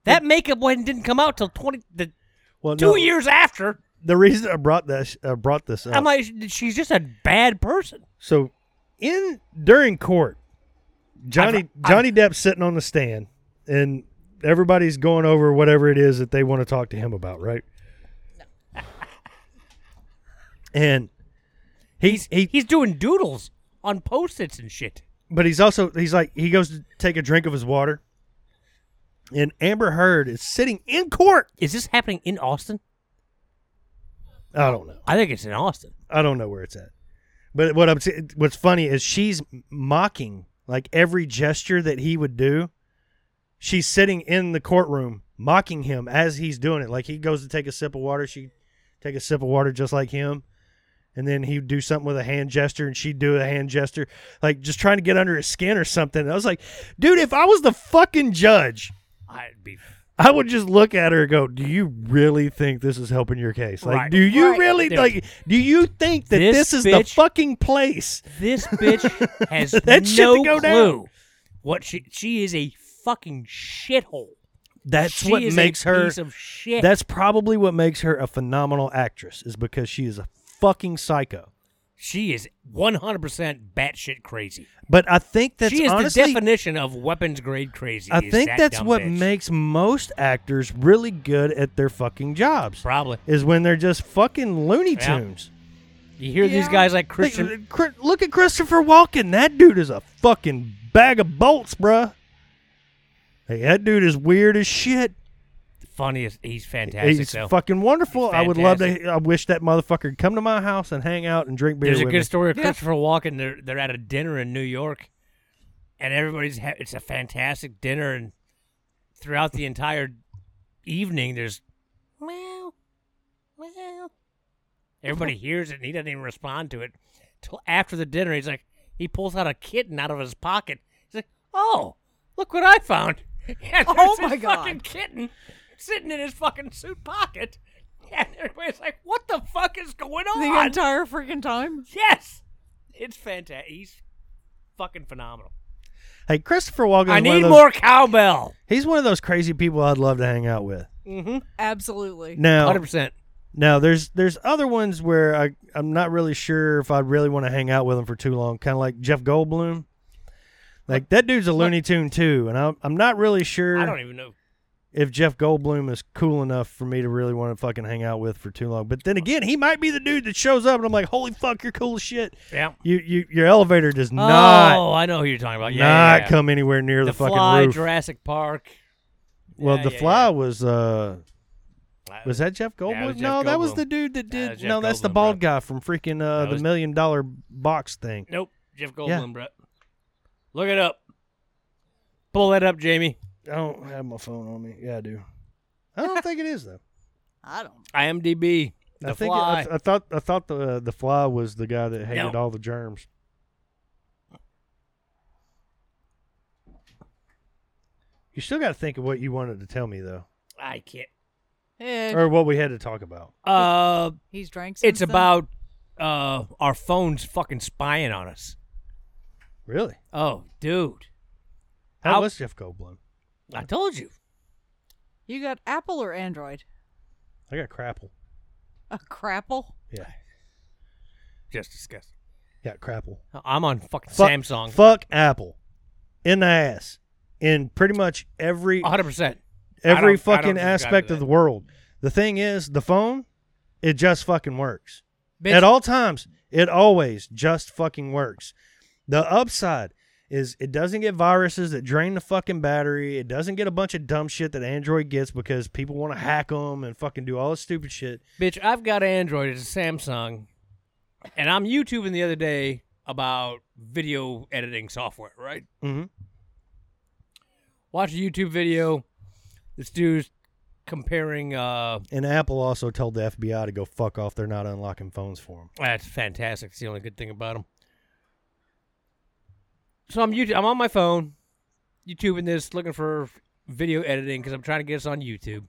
Speaker 1: That makeup one didn't come out till twenty the
Speaker 2: Well,
Speaker 1: two
Speaker 2: no,
Speaker 1: years after.
Speaker 2: The reason I brought this uh, brought this up.
Speaker 1: I'm like, sh- she's just a bad person.
Speaker 2: so in during court, Johnny
Speaker 1: I've- I've-
Speaker 2: Johnny Depp's sitting on the stand, and everybody's going over whatever it is that they want to talk to him about, right? and he's he,
Speaker 1: He's doing doodles on post-its and shit.
Speaker 2: but he's also he's like he goes to take a drink of his water, and Amber Heard is sitting in court.
Speaker 1: Is this happening in Austin?
Speaker 2: I don't know.
Speaker 1: I think it's in Austin.
Speaker 2: I don't know where it's at. But what I'm saying- what's funny is she's mocking like every gesture that he would do. She's sitting in the courtroom mocking him as he's doing it. Like he goes to take a sip of water, she take a sip of water just like him. And then he'd do something with a hand gesture and she'd do a hand gesture, like just trying to get under his skin or something. And I was like, dude, if I was the fucking judge,
Speaker 1: I'd be
Speaker 2: I would just look at her and go, "Do you really think this is helping your case? Like,
Speaker 1: Right.
Speaker 2: do you
Speaker 3: Right.
Speaker 2: really
Speaker 1: Dude.
Speaker 2: like? Do you think that
Speaker 1: This
Speaker 2: this, is the
Speaker 1: bitch-
Speaker 2: fucking place?"
Speaker 1: This bitch has
Speaker 2: That shit to
Speaker 1: no clue
Speaker 2: go down.
Speaker 1: what she she is a fucking shithole.
Speaker 2: That's
Speaker 1: She
Speaker 2: what
Speaker 1: is a
Speaker 2: makes her.
Speaker 1: piece of shit.
Speaker 2: That's probably what makes her a phenomenal actress, is because she is a fucking psycho.
Speaker 1: she is one hundred percent batshit crazy.
Speaker 2: But I think that's
Speaker 1: she is
Speaker 2: honestly,
Speaker 1: the definition of weapons grade crazy.
Speaker 2: I
Speaker 1: is
Speaker 2: think
Speaker 1: that
Speaker 2: that's
Speaker 1: dumb
Speaker 2: what
Speaker 1: bitch.
Speaker 2: makes most actors really good at their fucking jobs.
Speaker 1: probably.
Speaker 2: Is when they're just fucking Looney
Speaker 1: Yeah.
Speaker 2: Tunes.
Speaker 1: You hear these
Speaker 3: Yeah.
Speaker 1: guys like
Speaker 2: Like,
Speaker 1: Christian.
Speaker 2: Chri- look at Christopher Walken. That dude is a fucking bag of bolts, bruh. Hey, that dude is weird as shit.
Speaker 1: funniest. He's fantastic.
Speaker 2: He's
Speaker 1: though.
Speaker 2: fucking wonderful.
Speaker 1: He's
Speaker 2: I would love
Speaker 1: fantastic.
Speaker 2: to. I wish that motherfucker would come to my house and hang out and drink beer
Speaker 1: There's a
Speaker 2: with
Speaker 1: good
Speaker 2: me.
Speaker 1: story of
Speaker 3: Yeah.
Speaker 1: Christopher Walken. They're they're at a dinner in New York, and everybody's ha- it's a fantastic dinner, and throughout the entire evening, there's well, well, everybody hears it, and he doesn't even respond to it till after the dinner. He's like, he pulls out a kitten out of his pocket. He's like, oh, look what I found! Yeah,
Speaker 3: Oh
Speaker 1: there's
Speaker 3: my
Speaker 1: this
Speaker 3: God.
Speaker 1: fucking kitten sitting in his fucking suit pocket. And everybody's like, "What the fuck is going on?"
Speaker 3: The entire freaking time.
Speaker 1: Yes, it's fantastic. He's fucking phenomenal.
Speaker 2: hey, Christopher Walken. is
Speaker 1: I
Speaker 2: one of
Speaker 1: need
Speaker 2: those-
Speaker 1: more cowbell.
Speaker 2: He's one of those crazy people I'd love to hang out with.
Speaker 1: Mm-hmm.
Speaker 3: Absolutely.
Speaker 2: Now,
Speaker 1: Hundred percent.
Speaker 2: now there's there's other ones where I I'm not really sure if I'd really want to hang out with him for too long. Kind of like Jeff Goldblum. Like that dude's a Looney Tune too, and I'm I'm not really sure
Speaker 1: I don't even know.
Speaker 2: if Jeff Goldblum is cool enough for me to really want to fucking hang out with for too long. But then again, he might be the dude that shows up and I'm like, holy fuck, you're cool as shit.
Speaker 1: Yeah.
Speaker 2: You you your elevator does not
Speaker 1: oh, I know who you're talking about. Yeah, yeah,
Speaker 2: not
Speaker 1: yeah.
Speaker 2: come anywhere near
Speaker 1: the,
Speaker 2: the, fucking
Speaker 1: fly,
Speaker 2: roof.
Speaker 1: Jurassic Park.
Speaker 2: well,
Speaker 1: Yeah,
Speaker 2: the
Speaker 1: yeah,
Speaker 2: fly
Speaker 1: yeah.
Speaker 2: was uh
Speaker 1: I-
Speaker 2: was that Jeff Goldblum?
Speaker 1: Yeah, it was Jeff
Speaker 2: no, that was
Speaker 1: Goldblum.
Speaker 2: the dude that
Speaker 1: Yeah, it
Speaker 2: did.
Speaker 1: was Jeff
Speaker 2: no, that's the
Speaker 1: Goldblum,
Speaker 2: bald guy from freaking uh,
Speaker 1: That
Speaker 2: the
Speaker 1: was-
Speaker 2: million dollar box thing.
Speaker 1: Nope. Jeff Goldblum,
Speaker 2: Yeah.
Speaker 1: Brett. Look it up. Pull that up, Jamie.
Speaker 2: I don't have my phone on me. Yeah, I do. I don't think it is though.
Speaker 3: I don't.
Speaker 1: IMDb. The
Speaker 2: I think
Speaker 1: fly.
Speaker 2: I, I thought I thought the uh, the fly was the guy that hated
Speaker 1: No.
Speaker 2: all the germs. You still got to think of what you wanted to tell me though,
Speaker 1: I can't.
Speaker 3: Eh,
Speaker 2: or what we had to talk about.
Speaker 1: Uh,
Speaker 3: he's drank. Some
Speaker 1: Er, it's
Speaker 3: stuff.
Speaker 1: about uh our phones fucking spying on us.
Speaker 2: Really?
Speaker 1: Oh, dude.
Speaker 2: How
Speaker 1: How-
Speaker 2: was Jeff Goldblum?
Speaker 1: I told you.
Speaker 3: You got Apple or Android?
Speaker 2: I got crapple.
Speaker 3: A crapple.
Speaker 2: Yeah,
Speaker 1: Just disgusting.
Speaker 2: yeah, crapple.
Speaker 1: I'm on fucking
Speaker 2: Fuck-
Speaker 1: Samsung.
Speaker 2: Fuck Apple, in the ass, in pretty much every
Speaker 1: 100%. I don't- I
Speaker 2: every
Speaker 1: don't subscribe
Speaker 2: fucking
Speaker 1: to
Speaker 2: aspect
Speaker 1: that.
Speaker 2: of the world. The thing is, the phone, it just fucking works.
Speaker 1: Bitch,
Speaker 2: At all times, it always just fucking works. The upside is it doesn't get viruses that drain the fucking battery. It doesn't get a bunch of dumb shit that Android gets because people want to hack them and fucking do all this stupid shit.
Speaker 1: Bitch, I've got Android. It's a Samsung. And I'm YouTubing the other day about video editing software, right?
Speaker 2: Mm-hmm.
Speaker 1: Watch a YouTube video. This dude's comparing. Uh,
Speaker 2: And Apple also told the FBI to go fuck off. They're not unlocking phones for them.
Speaker 1: that's fantastic. It's the only good thing about him. So I'm YouTube, I'm on my phone, YouTubing this, looking for video editing because I'm trying to get us on YouTube.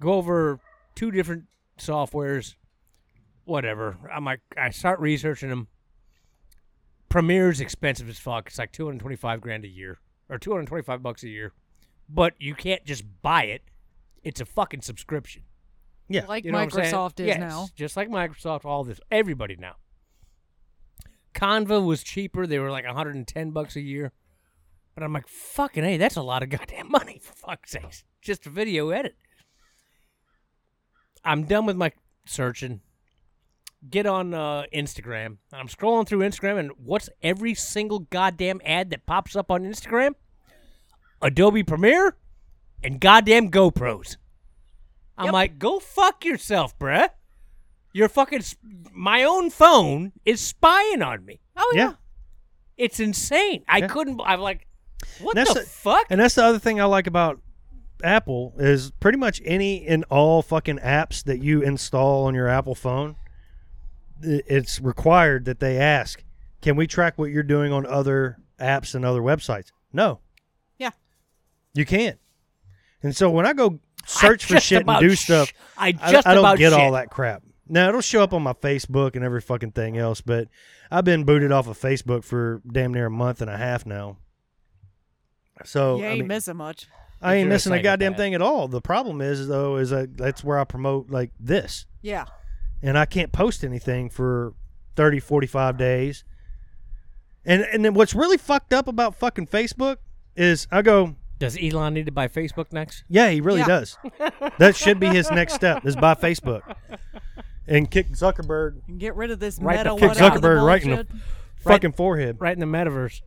Speaker 1: Go over two different softwares, whatever. I'm like, I start researching them. Premiere's expensive as fuck. It's like 225 grand a year or 225 bucks a year, but you can't just buy it. It's a fucking subscription.
Speaker 2: Yeah.
Speaker 3: Like
Speaker 1: You know what I'm saying?
Speaker 3: Microsoft is
Speaker 1: Yes,
Speaker 3: now.
Speaker 1: Just like Microsoft, all this, everybody now. Canva was cheaper; they were like 110 bucks a year. But I'm like, fucking, hey, that's a lot of goddamn money for fuck's sakes. Just a video edit. I'm done with my searching. Get on uh, Instagram, and I'm scrolling through Instagram, and what's every single goddamn ad that pops up on Instagram? Adobe Premiere and goddamn GoPros. I'm like, go fuck yourself, bruh. Your fucking sp- my own phone is spying on me.
Speaker 3: Oh yeah.
Speaker 2: yeah.
Speaker 1: It's insane. I
Speaker 2: Yeah.
Speaker 1: couldn't. I'm like, what
Speaker 2: And
Speaker 1: the
Speaker 2: that's the-
Speaker 1: fuck?
Speaker 2: And that's the other thing I like about Apple is pretty much any and all fucking apps that you install on your Apple phone, i- it's required that they ask, "Can we track what you're doing on other apps and other websites?" No.
Speaker 3: Yeah.
Speaker 2: You can't. And so when I go search for shit and do stuff,
Speaker 1: I
Speaker 2: I,
Speaker 1: just
Speaker 2: I don't
Speaker 1: about
Speaker 2: get all
Speaker 1: shit.
Speaker 2: that crap. Now it'll show up on my Facebook and every fucking thing else, but I've been booted off of Facebook for damn near a month and a half now. So
Speaker 3: you
Speaker 2: I
Speaker 3: ain't
Speaker 2: mean,
Speaker 3: missing much.
Speaker 2: I ain't
Speaker 1: You're a
Speaker 2: missing a goddamn
Speaker 1: psychopath.
Speaker 2: thing at all. The problem is though is that that's where I promote like this,
Speaker 3: Yeah.
Speaker 2: and I can't post anything for 30, 45 days. And and then what's really fucked up about fucking Facebook is I go,
Speaker 1: Does Elon need to buy Facebook next?
Speaker 2: yeah, he really
Speaker 3: Yeah.
Speaker 2: does. that should be his next step is buy Facebook and kick Zuckerberg
Speaker 3: Get rid of this
Speaker 1: Right
Speaker 3: metal.
Speaker 1: the
Speaker 2: kick
Speaker 1: fuck out.
Speaker 3: whatever the
Speaker 2: Zuckerberg right in the
Speaker 3: bullshit.
Speaker 2: fucking forehead.
Speaker 1: Right in the metaverse.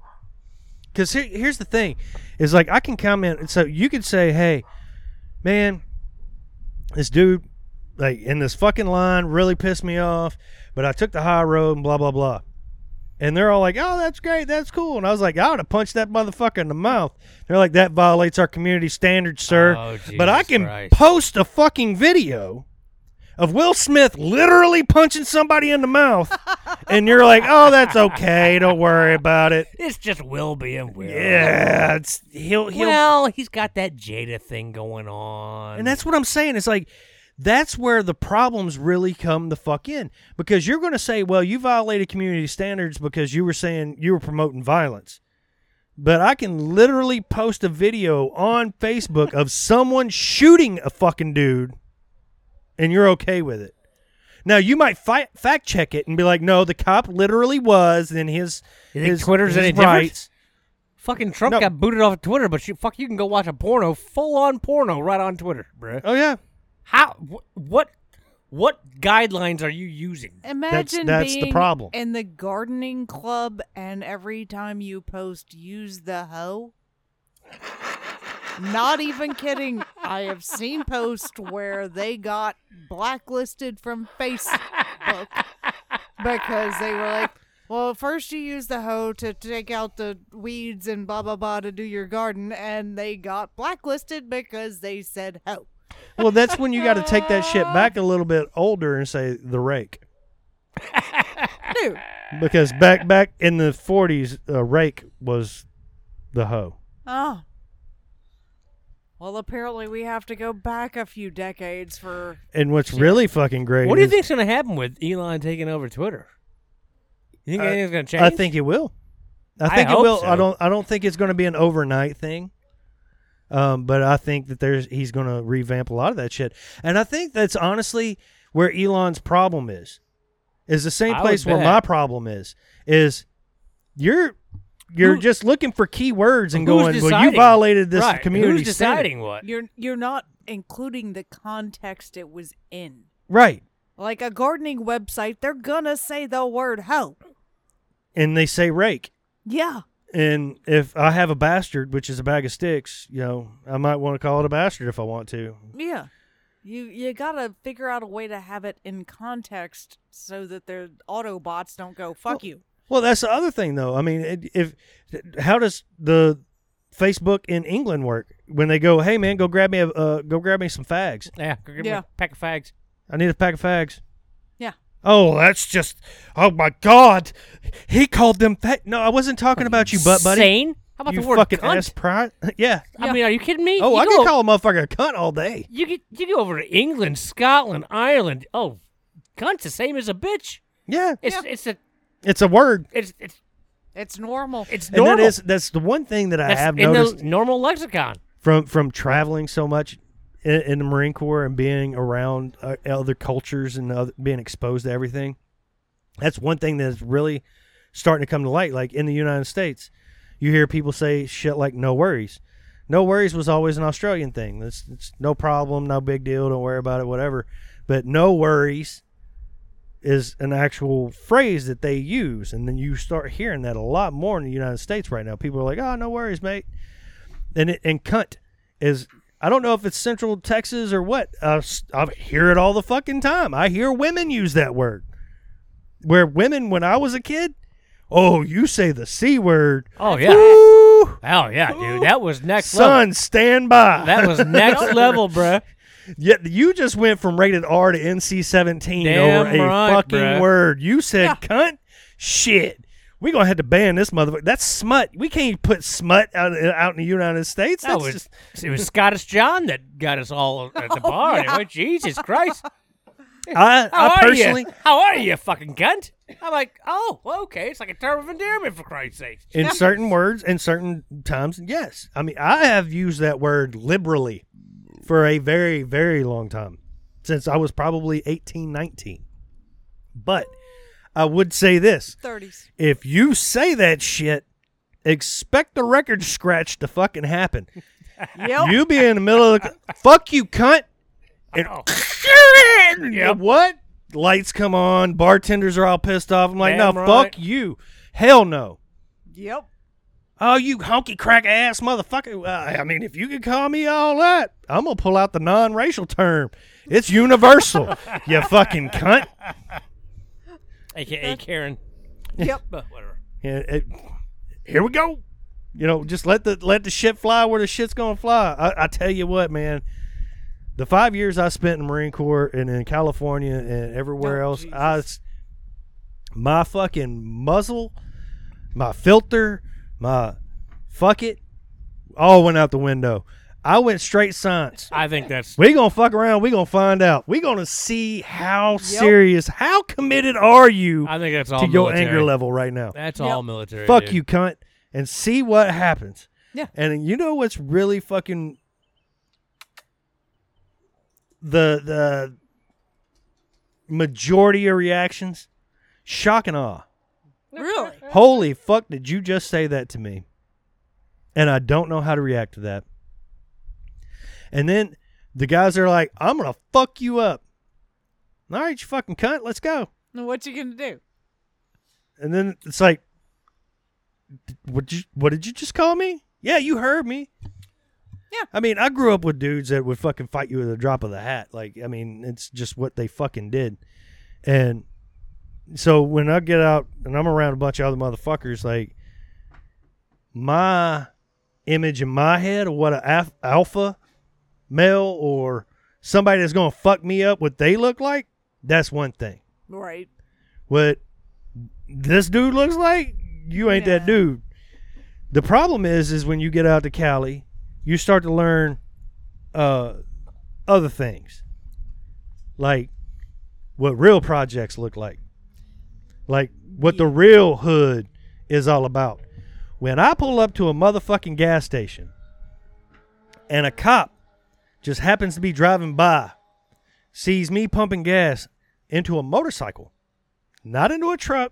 Speaker 2: Because here, here's the thing, is like I can comment, and so you could say, "Hey, man, this dude, like in this fucking line, really pissed me off, but I took the high road and blah blah blah." And they're all like, "Oh, that's great, that's cool," and I was like, "I would have punched that motherfucker in the mouth." They're like, "That violates our community standards, sir."
Speaker 1: Oh,
Speaker 2: but I
Speaker 1: Jesus
Speaker 2: can
Speaker 1: Christ.
Speaker 2: post a fucking video of Will Smith literally punching somebody in the mouth, and you're like, "Oh, that's okay, don't worry about it."
Speaker 1: It's just will being will.
Speaker 2: Yeah, it's he'll he'll
Speaker 1: Well, he's got that Jada thing going on.
Speaker 2: and that's what I'm saying. It's like that's where the problems really come the fuck in because you're going to say, well, you violated community standards because you were saying you were promoting violence. But I can literally post a video on Facebook of someone shooting a fucking dude and you're okay with it. Now you might fi- fact check it and be like, "No, the cop literally was." Then his
Speaker 1: You think
Speaker 2: his,
Speaker 1: Twitter's
Speaker 2: his
Speaker 1: any different?
Speaker 2: rights.
Speaker 1: Fucking Trump
Speaker 2: No.
Speaker 1: got booted off of Twitter, but you, fuck, you can go watch a porno, full on porno, right on Twitter, bruh.
Speaker 2: Oh yeah,
Speaker 1: How? Wh- what? What guidelines are you using?
Speaker 3: Imagine
Speaker 2: that's the
Speaker 3: being
Speaker 2: problem.
Speaker 3: in the gardening club, and every time you post, use the hoe. Not even kidding. I have seen posts where they got blacklisted from Facebook because they were like, "Well, first you use the hoe to take out the weeds and blah blah blah to do your garden," and they got blacklisted because they said hoe.
Speaker 2: well that's when you got to take that shit back a little bit older and say the rake,
Speaker 3: Dude,
Speaker 2: because back back in the '40s, uh, rake was the hoe.
Speaker 3: Oh. Well, apparently we have to go back a few decades for.
Speaker 2: And what's really fucking great?
Speaker 1: What do you
Speaker 2: is-
Speaker 1: think's going to happen with Elon taking over Twitter? You think
Speaker 2: Uh,
Speaker 1: anything's going to change?
Speaker 2: I think it will. I
Speaker 1: I
Speaker 2: think it
Speaker 1: hope
Speaker 2: will.
Speaker 1: so.
Speaker 2: I don't. I don't think it's going to be an overnight thing. Um, but I think that there's he's going to revamp a lot of that shit, and I think that's honestly where Elon's problem is, is the same
Speaker 1: I would
Speaker 2: place where
Speaker 1: bet.
Speaker 2: my problem is. Is you're you're
Speaker 1: Who-
Speaker 2: just looking for keywords
Speaker 1: Who's
Speaker 2: and going, well, you
Speaker 1: deciding?
Speaker 2: violated this
Speaker 1: Right,
Speaker 2: community
Speaker 1: Who's
Speaker 2: standard."
Speaker 1: deciding what?
Speaker 3: You're you're not including the context it was in.
Speaker 2: right?
Speaker 3: Like a gardening website, they're gonna say the word hoe.
Speaker 2: And they say rake.
Speaker 3: Yeah.
Speaker 2: And if I have a bastard, which is a bag of sticks, you know, I might want to call it a bastard if I want to.
Speaker 3: Yeah. You you gotta figure out a way to have it in context so that their Autobots don't go fuck you.
Speaker 2: Well, that's the other thing, though. I mean, it, if how does the Facebook in England work when they go, "Hey, man, go grab me a uh, go grab me some fags.
Speaker 1: Yeah, go give me
Speaker 3: Yeah.
Speaker 1: a pack of fags.
Speaker 2: I need a pack of fags."
Speaker 3: Yeah.
Speaker 2: Oh, that's just. Oh my God, he called them fag. No, I wasn't talking about you, butt buddy.
Speaker 1: Insane? How about
Speaker 2: you
Speaker 1: the word
Speaker 2: fucking
Speaker 1: cunt?
Speaker 2: ass pride. yeah.
Speaker 1: I mean, are you kidding me?
Speaker 2: Oh,
Speaker 1: you
Speaker 2: I
Speaker 1: go,
Speaker 2: can call a motherfucker a cunt all day.
Speaker 1: You get you go over to England, Scotland, Ireland. Oh, cunt's the same as a bitch.
Speaker 2: Yeah,
Speaker 1: It's it's a
Speaker 2: it's a word.
Speaker 1: it's it's
Speaker 4: It's normal.
Speaker 1: it's
Speaker 2: And
Speaker 1: normal.
Speaker 2: that is that's the one thing that I
Speaker 1: That's
Speaker 2: have
Speaker 1: in
Speaker 2: noticed
Speaker 1: the normal lexicon.
Speaker 2: from from traveling so much in, in the Marine Corps and being around uh, other cultures and other, being exposed to everything. That's one thing that's really starting to come to light. Like in the United States, you hear people say shit like "no worries." No worries was always an Australian thing. It's, it's no problem, no big deal, don't worry about it, whatever. But no worries is an actual phrase that they use, and then you start hearing that a lot more in the United States right now. People are like, "Oh, no worries, mate," and it, and cunt is I don't know if it's Central Texas or what. Uh, s- I hear it all the fucking time. I hear women use that word. Where women, when I was a kid, oh, you say the c word.
Speaker 1: Oh yeah.
Speaker 2: Ooh,
Speaker 1: Oh yeah, dude. That was next level.
Speaker 2: son, stand by.
Speaker 1: That was next level, bruh.
Speaker 2: Yeah, you just went from rated R to NC seventeen
Speaker 1: Damn
Speaker 2: over a
Speaker 1: right,
Speaker 2: fucking
Speaker 1: bruh.
Speaker 2: word. You said
Speaker 3: Yeah.
Speaker 2: cunt. Shit, we gonna have to ban this motherfucker. That's smut. We can't put smut out out in the United States.
Speaker 1: That
Speaker 2: That's
Speaker 1: was
Speaker 2: just
Speaker 1: it was Scottish John that got us all at the bar. anyway. Jesus Christ.
Speaker 2: Oh, I,
Speaker 1: How
Speaker 2: I
Speaker 1: are
Speaker 2: personally.
Speaker 1: you? How are you, you fucking cunt? I'm like, oh, well, okay. It's like a term of endearment for Christ's sake.
Speaker 2: in certain words and certain times yes i mean i have used that word liberally for a very very long time since i was probably 18 19 but i would say this
Speaker 3: Thirties.
Speaker 2: if you say that shit expect the record scratch to fucking happen
Speaker 3: Yep.
Speaker 2: you be in the middle of the fuck you cunt and
Speaker 1: Oh.
Speaker 2: Yeah, what lights come on bartenders are all pissed off i'm like
Speaker 1: Damn
Speaker 2: no
Speaker 1: right.
Speaker 2: fuck you hell no
Speaker 3: yep.
Speaker 2: Oh, you honky crack ass motherfucker. Uh, I mean, if you could call me all that, I'm going to pull out the non racial term. It's universal, you fucking cunt.
Speaker 1: AKA Karen.
Speaker 3: Yep.
Speaker 1: But whatever.
Speaker 2: Yeah, it- here we go. You know, just let the let the shit fly where the shit's going to fly. I, I tell you what, man. The five years I spent in Marine Corps and in California and everywhere
Speaker 3: Oh,
Speaker 2: else, I s- my fucking muzzle, my filter, my fuck it, all went out the window. I went straight science.
Speaker 1: I think that's
Speaker 2: We gonna fuck around. We gonna find out. We gonna see how serious, how committed are you
Speaker 1: I think that's all
Speaker 2: to your
Speaker 1: military.
Speaker 2: anger level right now?
Speaker 1: That's
Speaker 3: Yep.
Speaker 1: all military.
Speaker 2: Fuck
Speaker 1: dude.
Speaker 2: you, cunt, and see what happens.
Speaker 3: Yeah.
Speaker 2: And you know what's really fucking the the majority of reactions? Shock and awe.
Speaker 3: Really?
Speaker 2: Holy fuck! Did you just say that to me? and I don't know how to react to that. And then the guys are like, "I'm gonna fuck you up." All right, you fucking cunt, let's go.
Speaker 3: Now, What you gonna do?
Speaker 2: And then it's like, "What you? What did you just call me?" Yeah, you heard me.
Speaker 3: Yeah.
Speaker 2: I mean, I grew up with dudes that would fucking fight you with a drop of the hat. Like, I mean, it's just what they fucking did. And so when I get out and I'm around a bunch of other motherfuckers, like my image in my head of what an alph- alpha male or somebody that's gonna fuck me up, what they look like, that's one thing
Speaker 3: Right.
Speaker 2: what this dude looks like, you ain't that
Speaker 3: Yeah.
Speaker 2: dude. The problem is, is when you get out to Cali, you start to learn uh, other things, like what real projects look like, like what the real hood is all about. When I pull up to a motherfucking gas station, and a cop just happens to be driving by, sees me pumping gas into a motorcycle not into a truck.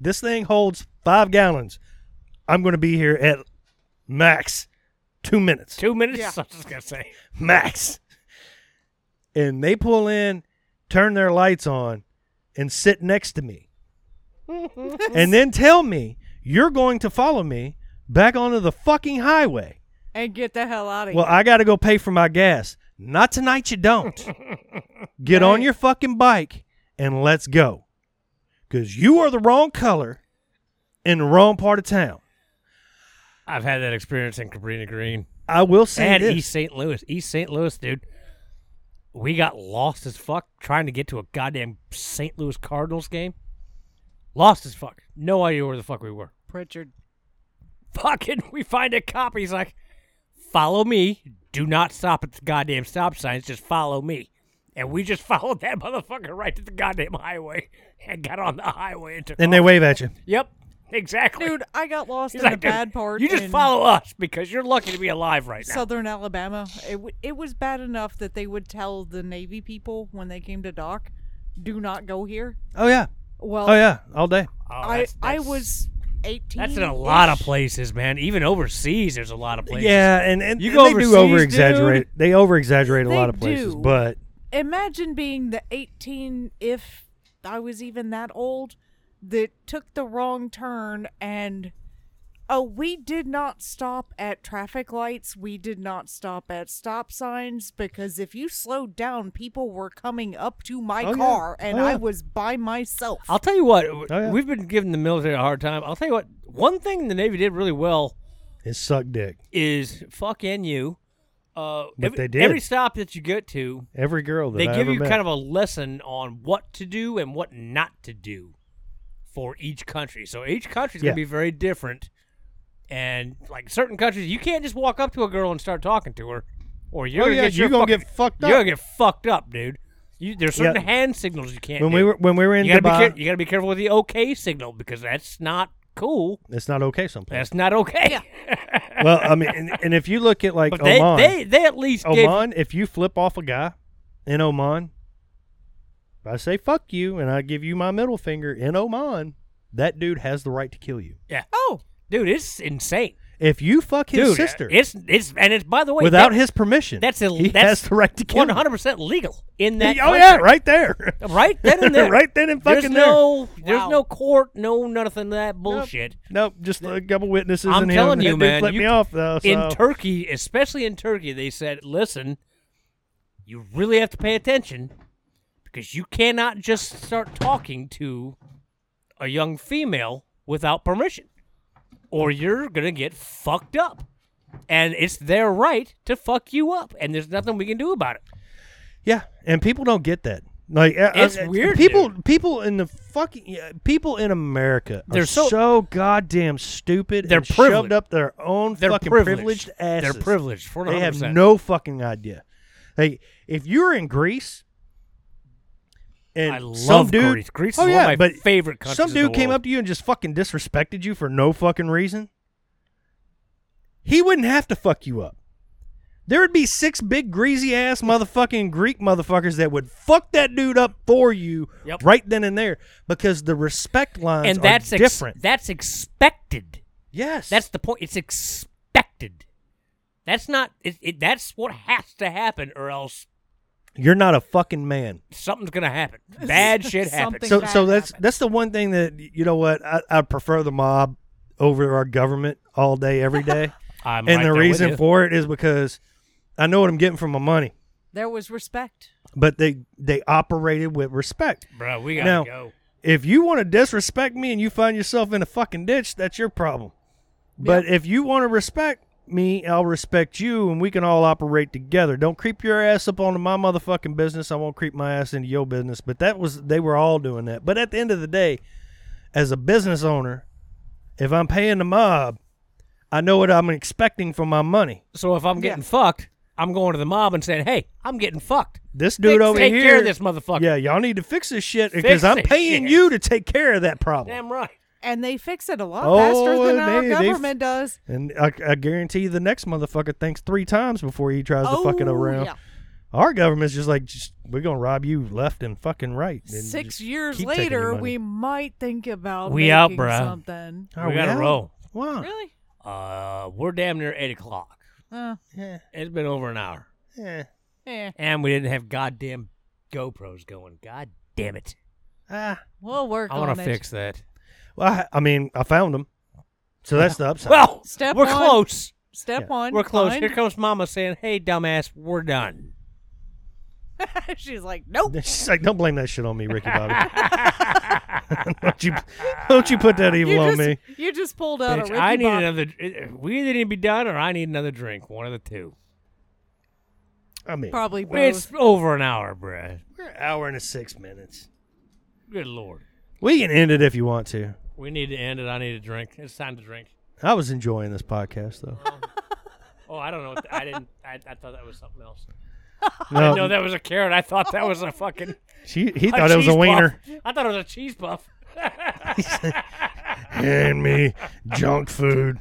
Speaker 2: This thing holds five gallons. I'm going to be here at max two minutes.
Speaker 1: Two minutes.
Speaker 3: Yeah.
Speaker 1: I was just gonna say.
Speaker 2: Max. And they pull in, turn their lights on, and sit next to me. and then tell me you're going to follow me back onto the fucking highway.
Speaker 3: And get the hell out of
Speaker 2: Well,
Speaker 3: here.
Speaker 2: I got to go pay for my gas. Not tonight, you don't. Get on your fucking bike and let's go. Because you are the wrong color in the wrong part of town.
Speaker 1: I've had that experience in Cabrini Green
Speaker 2: I will say
Speaker 1: and
Speaker 2: this.
Speaker 1: East St. Louis. East St. Louis, dude. We got lost as fuck trying to get to a goddamn St. Louis Cardinals game. Lost as fuck. No idea where the fuck we were.
Speaker 3: Pritchard.
Speaker 1: fucking we find a cop he's like follow me do not stop at the goddamn stop signs just follow me and we just followed that motherfucker right to the goddamn highway and got on the highway and took
Speaker 2: And they
Speaker 1: off.
Speaker 2: wave at you.
Speaker 1: yep exactly
Speaker 3: Dude, I got lost
Speaker 1: he's
Speaker 3: in
Speaker 1: like
Speaker 3: the
Speaker 1: "Dude,
Speaker 3: bad part.
Speaker 1: you just
Speaker 3: in
Speaker 1: follow us because you're lucky to be alive right now
Speaker 3: Southern Alabama. It, w- it was bad enough that they would tell the Navy people when they came to dock, do not go here.
Speaker 2: Oh, yeah.
Speaker 3: Well,
Speaker 2: Oh, yeah. All day.
Speaker 1: Oh,
Speaker 3: I,
Speaker 1: that's-
Speaker 3: I
Speaker 1: that's-
Speaker 3: was 18.
Speaker 1: that's in a lot of places man even overseas there's a lot of places
Speaker 2: Yeah. And, and,
Speaker 1: You
Speaker 2: and
Speaker 1: go
Speaker 2: they do
Speaker 1: overseas,
Speaker 2: over exaggerate. They over exaggerate a
Speaker 3: They
Speaker 2: lot of places.
Speaker 3: do.
Speaker 2: But
Speaker 3: Imagine being the 18 if I was even that old that took the wrong turn and oh we did not stop at traffic lights we did not stop at stop signs because if you slowed down people were coming up to my
Speaker 2: Oh, yeah.
Speaker 3: car and
Speaker 2: Oh,
Speaker 3: I
Speaker 2: yeah.
Speaker 3: was by myself.
Speaker 1: I'll tell you what, w-
Speaker 2: Oh, yeah.
Speaker 1: we've been giving the military a hard time. I'll tell you what, one thing the Navy did really well
Speaker 2: it sucked dick.
Speaker 1: is fuck NU. Uh,
Speaker 2: But
Speaker 1: every,
Speaker 2: they did.
Speaker 1: every stop that you get to,
Speaker 2: Every girl that
Speaker 1: they
Speaker 2: I
Speaker 1: give
Speaker 2: ever
Speaker 1: you
Speaker 2: met.
Speaker 1: kind of a lesson on what to do and what not to do for each country. So each country's
Speaker 2: Yeah.
Speaker 1: gonna be very different, and like certain countries, you can't just walk up to a girl and start talking to her, or you're
Speaker 2: Oh,
Speaker 1: gonna
Speaker 2: yeah,
Speaker 1: get
Speaker 2: you're
Speaker 1: your
Speaker 2: gonna
Speaker 1: fucking-
Speaker 2: get fucked
Speaker 1: You're
Speaker 2: up.
Speaker 1: gonna get fucked up, dude. You, there's
Speaker 2: Yeah.
Speaker 1: certain hand signals you can't.
Speaker 2: when
Speaker 1: do.
Speaker 2: we were when we were in
Speaker 1: you gotta
Speaker 2: Dubai,
Speaker 1: be care- you gotta be careful with the OK signal because that's not cool.
Speaker 2: it's not okay someplace.
Speaker 1: That's not okay.
Speaker 2: well, I mean, and, and if you look at like
Speaker 1: But they,
Speaker 2: Oman,
Speaker 1: they they at least gave
Speaker 2: Oman, if you flip off a guy in Oman, I say fuck you and I give you my middle finger in Oman, that dude has the right to kill you.
Speaker 3: oh,
Speaker 1: Dude, it's insane.
Speaker 2: If you fuck his
Speaker 1: Dude,
Speaker 2: sister
Speaker 1: It's it's and it's by the way
Speaker 2: without
Speaker 1: that-
Speaker 2: his permission,
Speaker 1: That's a
Speaker 2: he
Speaker 1: that's
Speaker 2: has the right to kill
Speaker 1: One
Speaker 2: you.
Speaker 1: hundred percent legal in that.
Speaker 2: oh yeah,
Speaker 1: country.
Speaker 2: right there.
Speaker 1: Right then and there.
Speaker 2: right then and
Speaker 1: There's
Speaker 2: fucking
Speaker 1: no there's
Speaker 3: Wow.
Speaker 1: no court, no nothing of that
Speaker 2: there.
Speaker 1: bullshit.
Speaker 2: Nope, nope just a couple witnesses
Speaker 1: I'm
Speaker 2: and him.
Speaker 1: telling
Speaker 2: That
Speaker 1: you,
Speaker 2: dude
Speaker 1: man,
Speaker 2: flipped
Speaker 1: you-
Speaker 2: me off though. So.
Speaker 1: In Turkey, especially in Turkey, they said, "Listen, you really have to pay attention because you cannot just start talking to a young female without permission, or you're gonna get fucked up." And it's their right to fuck you up, and there's nothing we can do about it.
Speaker 2: Yeah, and people don't get that. Like I- I-
Speaker 1: It's
Speaker 2: I-
Speaker 1: weird,
Speaker 2: People, people in the fucking yeah, people in America are
Speaker 1: They're
Speaker 2: so,
Speaker 1: so-
Speaker 2: goddamn stupid.
Speaker 1: They're
Speaker 2: and shoved
Speaker 1: privileged.
Speaker 2: up their own
Speaker 1: They're
Speaker 2: fucking
Speaker 1: privileged.
Speaker 2: asses.
Speaker 1: They're privileged. 100%.
Speaker 2: They have no fucking idea. Like if you're in Greece, and
Speaker 1: I
Speaker 2: some
Speaker 1: love
Speaker 2: dude,
Speaker 1: Greece. Greece
Speaker 2: oh
Speaker 1: is
Speaker 2: yeah,
Speaker 1: one of my
Speaker 2: but
Speaker 1: favorite countries.
Speaker 2: some
Speaker 1: in
Speaker 2: dude
Speaker 1: the
Speaker 2: came
Speaker 1: world.
Speaker 2: up to you and just fucking disrespected you for no fucking reason, he wouldn't have to fuck you up. There would be six big greasy ass motherfucking Greek motherfuckers that would fuck that dude up for you
Speaker 1: Yep.
Speaker 2: right then and there because the respect lines
Speaker 1: and
Speaker 2: are
Speaker 1: that's ex-
Speaker 2: different.
Speaker 1: that's expected.
Speaker 2: yes,
Speaker 1: That's the point. It's expected. expected. That's not. It, it, that's what has to happen, or else
Speaker 2: You're not a fucking man.
Speaker 1: something's gonna happen. Bad shit happens.
Speaker 4: Something.
Speaker 2: So,
Speaker 4: bad
Speaker 2: so that's
Speaker 4: happen.
Speaker 2: that's the one thing that you know what I, I prefer the mob over our government all day, every day.
Speaker 1: I'm right
Speaker 2: and the
Speaker 1: there with
Speaker 2: reason
Speaker 1: you.
Speaker 2: for it is because I know what I'm getting for my money.
Speaker 3: There was respect.
Speaker 2: But they they operated with respect.
Speaker 1: bro, we gotta
Speaker 2: Now-
Speaker 1: go.
Speaker 2: If you want to disrespect me and you find yourself in a fucking ditch, that's your problem. But if you want to respect me, I'll respect you, and we can all operate together. Don't creep your ass up onto my motherfucking business. I won't creep my ass into your business. But that was they were all doing that. But at the end of the day, as a business owner, if I'm paying the mob, I know what I'm expecting for my money.
Speaker 1: So if I'm getting fucked, I'm going to the mob and saying, "Hey, I'm getting fucked.
Speaker 2: This dude over
Speaker 1: Take
Speaker 2: here,
Speaker 1: care of this motherfucker."
Speaker 2: Yeah, y'all need to fix this shit
Speaker 1: Fix
Speaker 2: because I'm
Speaker 1: this
Speaker 2: paying
Speaker 1: shit.
Speaker 2: you to take care of that problem.
Speaker 1: Damn right.
Speaker 3: And they fix it a lot
Speaker 2: Oh,
Speaker 3: faster than our
Speaker 2: they- they f-
Speaker 3: government does.
Speaker 2: And I, I guarantee you the next motherfucker thinks three times before he tries to fuck it
Speaker 3: Oh,
Speaker 2: around.
Speaker 3: yeah.
Speaker 2: Our government's just like, just, we're going to rob you left and fucking right. and
Speaker 3: Six
Speaker 2: just
Speaker 3: years
Speaker 2: keep taking your
Speaker 3: later,
Speaker 2: money.
Speaker 3: we might think about
Speaker 1: We out,
Speaker 3: making
Speaker 1: bruh.
Speaker 3: something.
Speaker 2: Are
Speaker 1: we gotta
Speaker 2: out?
Speaker 1: roll.
Speaker 2: Oh, Why?
Speaker 3: Really?
Speaker 1: Uh, we're damn near eight o'clock.
Speaker 3: Uh,
Speaker 2: Yeah,
Speaker 1: It's been over an hour,
Speaker 2: yeah.
Speaker 3: eh.
Speaker 1: and we didn't have goddamn GoPros going. God damn it!
Speaker 2: Ah.
Speaker 3: We'll work
Speaker 1: I
Speaker 3: on
Speaker 1: want to
Speaker 3: it.
Speaker 1: fix that.
Speaker 2: Well, I, I mean, I found them. So that's the upside.
Speaker 1: Well,
Speaker 3: Step
Speaker 1: we're
Speaker 3: on.
Speaker 1: close.
Speaker 3: Step
Speaker 2: Yeah.
Speaker 3: one.
Speaker 1: We're close.
Speaker 3: fine.
Speaker 1: Here comes Mama saying, "Hey, dumbass, we're done."
Speaker 3: She's like, nope.
Speaker 2: She's like, don't blame that shit on me, Ricky Bobby. don't, you, don't you put that evil
Speaker 3: You
Speaker 2: on
Speaker 3: just,
Speaker 2: me.
Speaker 3: you just pulled out a
Speaker 1: Bitch,
Speaker 3: Ricky
Speaker 1: I need
Speaker 3: Bobby.
Speaker 1: another. eh, We either need to be done, or I need another drink. One of the two.
Speaker 2: I mean,
Speaker 3: Probably
Speaker 1: It's
Speaker 3: both.
Speaker 1: over an hour, bruh.
Speaker 2: we're an hour and six minutes.
Speaker 1: Good lord.
Speaker 2: We can end it if you want to.
Speaker 1: We need to end it. I need a drink. It's time to drink.
Speaker 2: I was enjoying this podcast, though.
Speaker 1: Oh, I don't know. What I didn't. I, I thought that was something else.
Speaker 2: No,
Speaker 1: No, that was a carrot. I thought that was a fucking.
Speaker 2: she, he thought it was a
Speaker 1: cheese
Speaker 2: wiener.
Speaker 1: puff. I thought it was a cheese puff.
Speaker 2: Hand me junk food.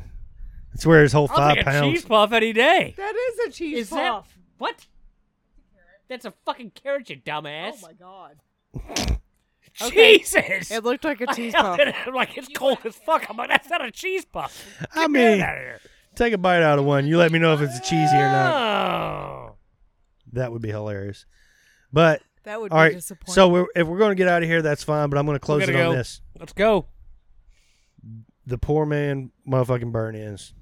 Speaker 2: That's where his whole
Speaker 1: I'll
Speaker 2: five
Speaker 1: take a cheese
Speaker 2: pounds.
Speaker 1: puff any day.
Speaker 3: That is a cheese
Speaker 1: Is that what? That's a fucking carrot, you dumbass.
Speaker 3: god.
Speaker 1: Jesus!
Speaker 3: Oh It looked like a
Speaker 1: I
Speaker 3: cheese
Speaker 1: held
Speaker 3: puff.
Speaker 1: it, I'm like, it's cold as fuck. I'm like, that's not a cheese puff.
Speaker 2: I
Speaker 1: Get
Speaker 2: mean,
Speaker 1: out of here.
Speaker 2: take a bite out of one. You let me know if it's cheesy or not.
Speaker 1: Oh.
Speaker 2: That would be hilarious. But
Speaker 3: That would
Speaker 2: all
Speaker 3: be
Speaker 2: right,
Speaker 3: disappointing.
Speaker 2: so we're, if we're going to get out of here, that's fine. But I'm going to close it
Speaker 1: gotta
Speaker 2: on
Speaker 1: go.
Speaker 2: this.
Speaker 1: Let's go.
Speaker 2: The poor man, motherfucking burn ins.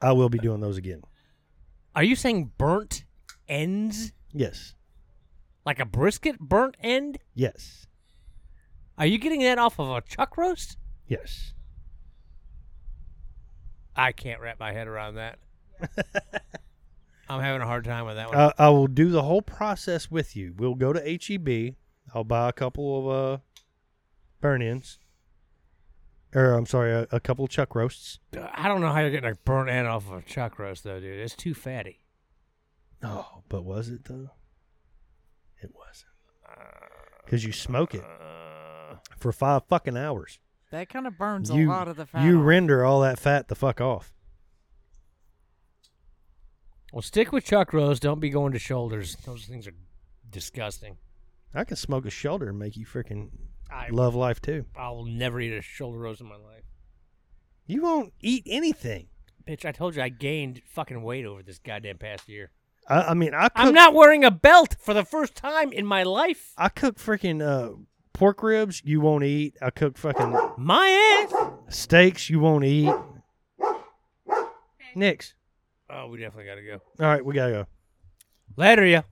Speaker 2: I will be doing those again.
Speaker 1: Are you saying burnt ends?
Speaker 2: Yes,
Speaker 1: Like a brisket burnt end?
Speaker 2: yes,
Speaker 1: Are you getting that off of a chuck roast?
Speaker 2: yes.
Speaker 1: I can't wrap my head around that. I'm having a hard time with that one.
Speaker 2: I, I will do the whole process with you. We'll go to HEB. I'll buy a couple of uh, burn ins. Or, I'm sorry, a, a couple chuck roasts.
Speaker 1: I don't know how you're getting a burnt end off of a chuck roast, though, dude. It's too fatty.
Speaker 2: Oh, but was it though? It wasn't. Uh, Because you smoke it for five fucking hours.
Speaker 3: that kind of burns
Speaker 2: you,
Speaker 3: a lot of the fat.
Speaker 2: You
Speaker 3: off.
Speaker 2: render all that fat the fuck off.
Speaker 1: Well, stick with chuck roast. Don't be going to shoulders. Those things are disgusting.
Speaker 2: I can smoke a shoulder and make you freaking
Speaker 1: I,
Speaker 2: love life too.
Speaker 1: I'll never eat a shoulder roast in my life.
Speaker 2: You won't eat anything.
Speaker 1: Bitch, I told you I gained fucking weight over this goddamn past year.
Speaker 2: I, I mean, I cook.
Speaker 1: I'm not wearing a belt for the first time in my life.
Speaker 2: I cook freaking uh, pork ribs. You won't eat. I cook fucking
Speaker 1: My ass.
Speaker 2: steaks. You won't eat. Next.
Speaker 1: Oh, we definitely gotta go.
Speaker 2: All right, we gotta go.
Speaker 1: Later, ya.